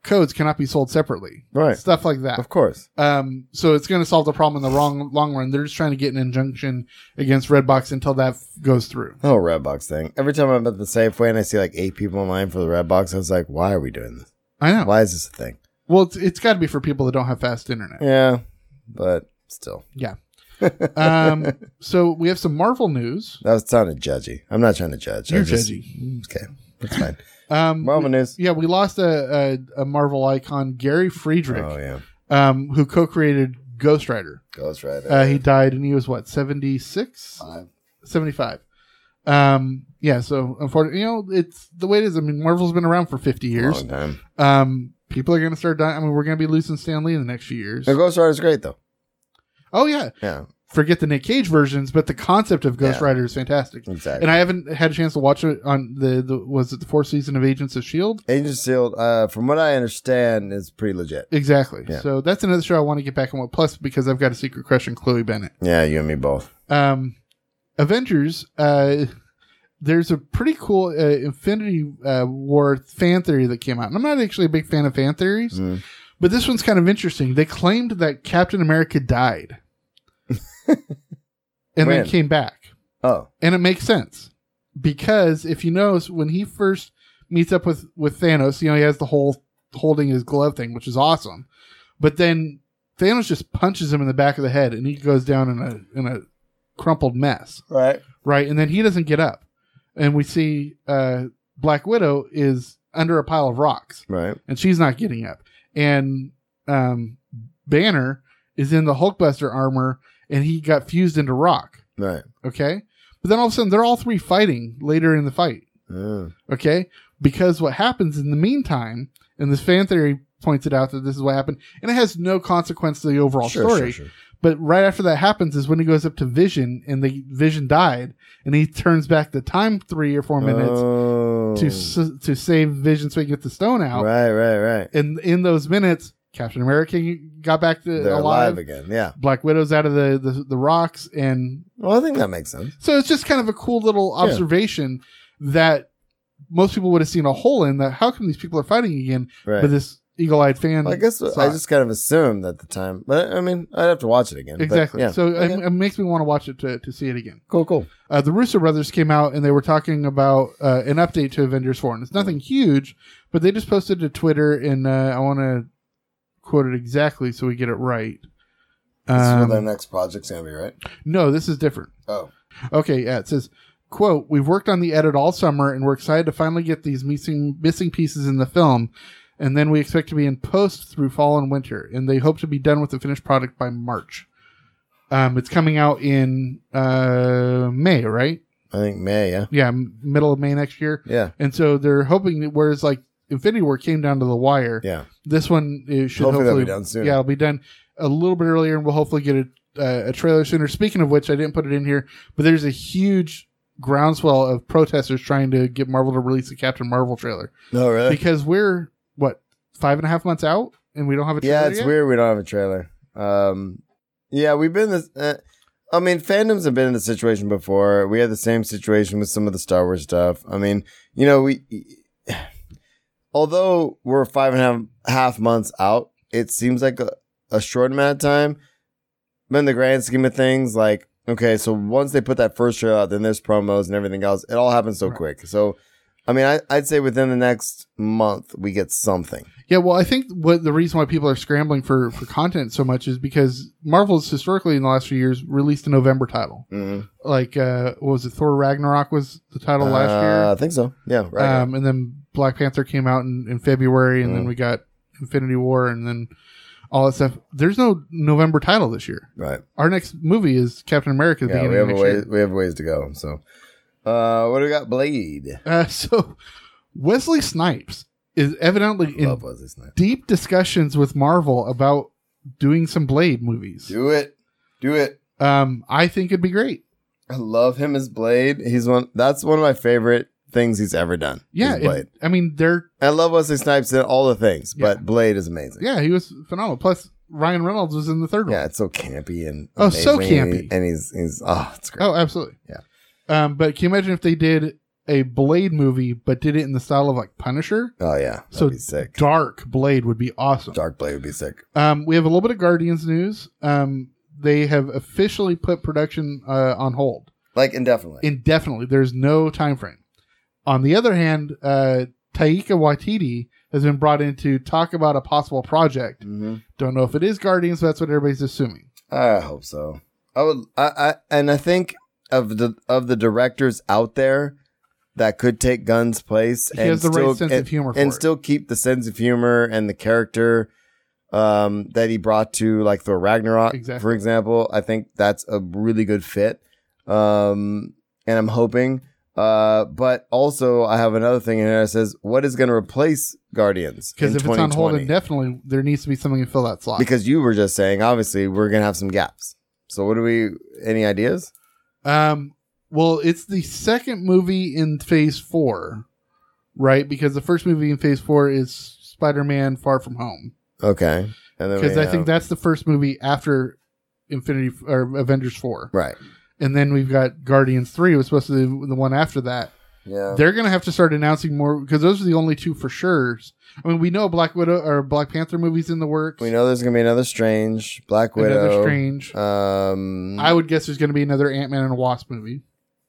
codes cannot be sold separately, Right. Stuff like that. Of course. Um, so it's going to solve the problem in the wrong long run. They're just trying to get an injunction against Redbox until that f- goes through. The whole Redbox thing. Every time I'm at the Safeway and I see like eight people in line for the Redbox, I was like, why are we doing this? I know. Why is this a thing? Well, it's, it's got to be for people that don't have fast internet. Yeah, but still, Yeah. um, so we have some Marvel news. that sounded judgy. I'm not trying to judge. I You're just- judgy. Okay, that's fine. Um, Marvel news. Yeah, we lost a, a, a Marvel icon, Gary Friedrich, Oh yeah, um, who co-created Ghost Rider. Ghost Rider. Uh, he died, and he was what seventy six, Five. seventy five. Um, yeah. So unfortunately, you know, it's the way it is. I mean, Marvel's been around for fifty years. Long time. Um, people are going to start dying. I mean, we're going to be losing Stan Lee in the next few years. No, Ghost Rider's great though. Oh yeah, Yeah, forget the Nick Cage versions, but the concept of Ghost Yeah. Rider is fantastic. exactly. And I haven't had a chance to watch it on the, the was it the fourth season of Agents of Shield? Agent Sealed, uh, from what I understand, is pretty legit. Exactly. Yeah. So that's another show I want to get back on. What plus because I've got a secret crush on Chloe Bennett. Yeah, you and me both. Um, Avengers. Uh, there's a pretty cool uh, Infinity uh, War fan theory that came out, and I'm not actually a big fan of fan theories, Mm. but this one's kind of interesting. They claimed that Captain America died, and When? then came back. Oh, and it makes sense because if you notice when he first meets up with with Thanos, you know he has the whole holding his glove thing, which is awesome. But then Thanos just punches him in the back of the head, and he goes down in a in a crumpled mess, right. right? And then he doesn't get up, and we see uh, Black Widow is under a pile of rocks, Right. and she's not getting up. And um, Banner is in the Hulkbuster armor, and he got fused into rock. Right. Okay. But then all of a sudden they're all three fighting later in the fight. Uh, Okay. Because what happens in the meantime, and this fan theory points it out that this is what happened, and it has no consequence to the overall sure, story. sure, sure. But right after that happens is when he goes up to Vision and the Vision died, and he turns back the time three or four minutes Oh. to s- to save Vision so he can get the stone out. Right, right, right. And in those minutes, Captain America got back to They're alive. alive again. Yeah. Black Widow's out of the, the, the rocks, and Well, I think that makes sense. So it's just kind of a cool little observation that most people would have seen a hole in that. How come these people are fighting again? Right. But this eagle eyed fan. I guess saw I it. just kind of assumed at the time, but I mean, I'd have to watch it again. but Exactly. yeah. So Okay. it, it makes me want to watch it to, to see it again. cool, cool. Uh, the Russo brothers came out and they were talking about uh, an update to Avengers 4. And it's nothing huge, but they just posted to Twitter. And uh, I want to quote it exactly so we get it right. This is Um, what their next project's gonna be, right? no, this is different. Oh, Okay, yeah, it says, quote, we've worked on the edit all summer and we're excited to finally get these missing missing pieces in the film, and then we expect to be in post through fall and winter, and they hope to be done with the finished product by March. Um, it's coming out in uh, May, right? I think May. Yeah, Yeah, m- middle of May next year. yeah, And so they're hoping that whereas like Infinity War came down to the wire, yeah. this one uh, should Hopefully hopefully, that'll be done soon. Yeah, it'll be done a little bit earlier, and we'll hopefully get a, uh, a trailer sooner. Speaking of which, I didn't put it in here, but there's a huge groundswell of protesters trying to get Marvel to release a Captain Marvel trailer Uh, No, really. because we're what five and a half months out and we don't have a trailer Yeah, it's yet? weird we don't have a trailer. Um, yeah, we've been this. Uh, I mean, fandoms have been in this situation before. We had the same situation with some of the Star Wars stuff. I mean, you know, we. Although we're five and a half, half months out, it seems like a, a short amount of time. But in the grand scheme of things, like, okay, so once they put that first trailer out, then there's promos and everything else. It all happens so Right. quick. So, I mean, I, I'd say within the next month, we get something. Yeah, well, I think what the reason why people are scrambling for for content so much is because Marvel's historically in the last few years released a November title. Mhm. Like, uh, what was it? Thor Ragnarok was the title last Uh, I year, think so. Yeah, right. Mm-hmm. um, and then Black Panther came out in, in February, and then we got Infinity War, and then all that stuff. There's no November title this year. Right. Our next movie is Captain America. At the Yeah, we beginning of have a next way, year. we have ways to go. So, uh, what do we got? Blade. Uh, so Wesley Snipes is evidently in Love Wesley Snipes. deep discussions with Marvel about doing some Blade movies. Do it, do it. Um, I think it'd be great. I love him as Blade. He's one. That's one of my favorite things he's ever done. is Yeah, it- Blade. I mean, they're I love Wesley Snipes in all the things, Yeah. but Blade is amazing. yeah, he was phenomenal. Plus, Ryan Reynolds was in the third Yeah, one. it's so campy and Oh, so amazing, campy. and he's he's oh, it's great. Oh, absolutely. Yeah. Um, but can you imagine if they did a Blade movie, but did it in the style of like Punisher? Oh, yeah, that'd So be sick. Dark Blade would be awesome. Dark Blade would be sick. Um, we have a little bit of Guardians news. Um, they have officially put production uh, on hold. Like indefinitely. indefinitely. There's no time frame. On the other hand, uh, Taika Waititi has been brought in to talk about a possible project. Mhm. Don't know if it is Guardians, but that's what everybody's assuming. I hope so. I would. I, I and I think of the of the directors out there that could take Gunn's place He and has the right still sense and, of humor for and it. still keep the sense of humor and the character um, that he brought to like Thor Ragnarok, Exactly. for example. I think that's a really good fit, um, and I'm hoping. Uh, but also, I have another thing in here that says, "What is going to replace Guardians?" Because in if it's on hold 2020? indefinitely, there needs to be something to fill that slot. because you were just saying obviously we're gonna have some gaps so what do we any ideas um, well, it's the second movie in Phase Four, right? Because the first movie in Phase Four is Spider-Man: Far From Home. okay and then Because we I think have- that's the first movie after Infinity or Avengers Four. right and then we've got Guardians Three was supposed to be the one after that. yeah They're gonna have to start announcing more because those are the only two for sure. I mean, we know Black Widow or Black Panther movies in the works. we know there's gonna be another strange black widow another Strange. um I would guess there's gonna be another Ant Man and Wasp movie.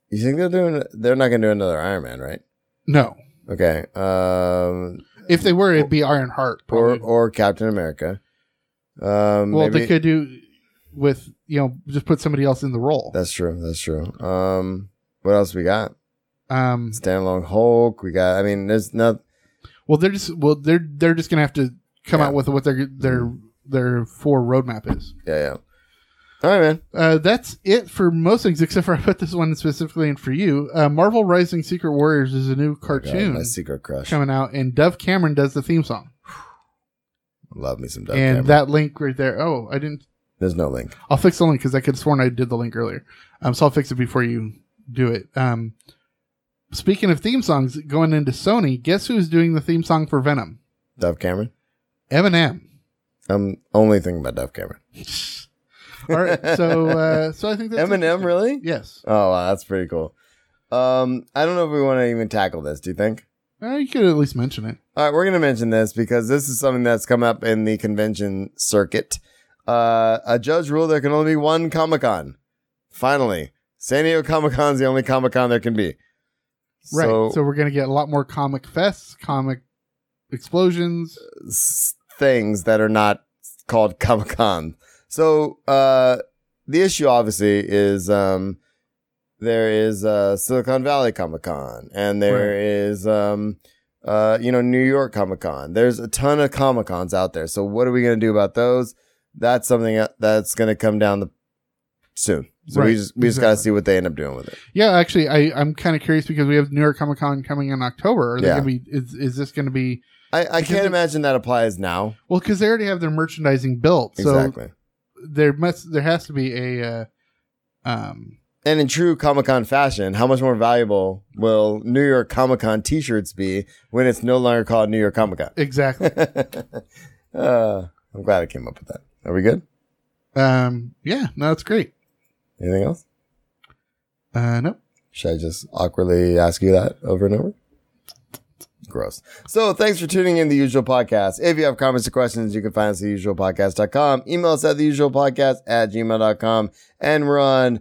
you think they're doing they're not gonna do another iron man right No, okay um if they were, it'd be Iron Heart. or probably. or captain america um well, maybe- they could do with you know just put somebody else in the role. that's true that's true um what else we got Um, standalone hulk we got i mean there's not well, they're just well they're they're just gonna have to come Yeah. out with what their their their four roadmap is. yeah yeah all right man uh, that's it for most things, except for I put this one specifically in for you. Uh, Marvel Rising Secret Warriors is a new cartoon Oh, my secret crush coming out, and Dove Cameron does the theme song. love me some Doug and Cameron. that link right there. Oh, I didn't. There's no link. I'll fix the link because I could have sworn I did the link earlier. Um, so I'll fix it before you do it. Um, speaking of theme songs, going into Sony, guess who's doing the theme song for Venom? Dove Cameron. Eminem. I'm only thinking about Dove Cameron. All right. So, uh, so I think that's it. Eminem, really? Yes. Oh, wow, that's pretty cool. Um, I don't know if we want to even tackle this. Do you think? Uh, you could at least mention it. All right, we're going to mention this because this is something that's come up in the convention circuit. Uh, a judge ruled there can only be one Comic Con. Finally, San Diego Comic Con is the only Comic Con there can be. Right. So, So, we're going to get a lot more comic fests, comic explosions. s- things that are not called Comic Con. So uh, the issue obviously is um, there is uh, Silicon Valley Comic Con, and there is um, uh, you know New York Comic Con. There's a ton of Comic Cons out there. So what are we gonna do about those? That's something that- that's gonna come down the soon. So Right, we just we just gotta exactly. see what they end up doing with it. Yeah, actually, I, I'm kind of curious because we have New York Comic Con coming in October. Are they Yeah. gonna be, is, is this going to be. I, I Because can't it- imagine that applies now. Well, because they already have their merchandising built. So exactly. there must there has to be a. Uh, um, And in true Comic Con fashion, how much more valuable will New York Comic Con t shirts be when it's no longer called New York Comic Con? exactly. Uh, I'm glad I came up with that. Are we good? Um, yeah, no, it's great. Anything else? Uh, no, Should I just awkwardly ask you that over and over? Gross. So thanks for tuning in to the usual podcast. If you have comments or questions, you can find us at theusualpodcast.com. Email us at theusualpodcast at gmail.com and we're on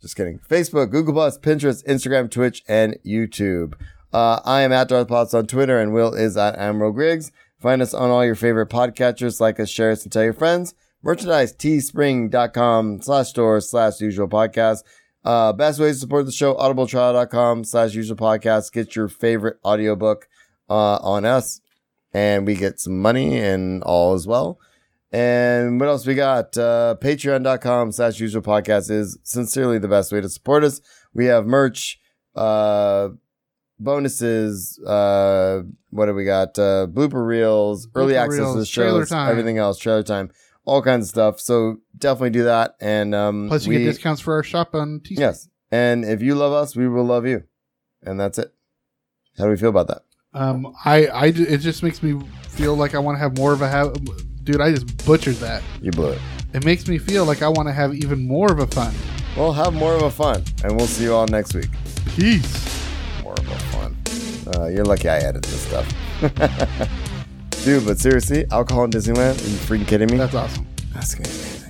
just kidding. Facebook, Google Plus, Pinterest, Instagram, Twitch, and YouTube. Uh, I am at Darth Potts on Twitter and Will is at Admiral Griggs. Find us on all your favorite podcatchers. Like us, share us, and tell your friends. Merchandise, teespring.com slash store slash usual podcast. Uh, best ways to support the show, audibletrial.com slash usual podcast. Get your favorite audiobook uh, on us and we get some money and all as well. And what else we got? Uh, Patreon.com slash usual podcast is sincerely the best way to support us. We have merch, uh, bonuses, uh, what do we got? Uh, blooper reels, early Blooper access to the reels, trailer shows, time. everything else, trailer time, all kinds of stuff. So definitely do that. And, um, plus you we- get discounts for our shop on Teespring. Yes. And if you love us, we will love you. And that's it. How do we feel about that? Um, I, I, ju- it just makes me feel like I want to have more of a have. Dude, I just butchered that. You blew it. It makes me feel like I want to have even more of a fun. Well, have more of a fun, and we'll see you all next week. Peace. More of a fun. Uh, you're lucky I added this stuff. Dude, but seriously, alcohol in Disneyland? Are you freaking kidding me? That's awesome. That's gonna be amazing.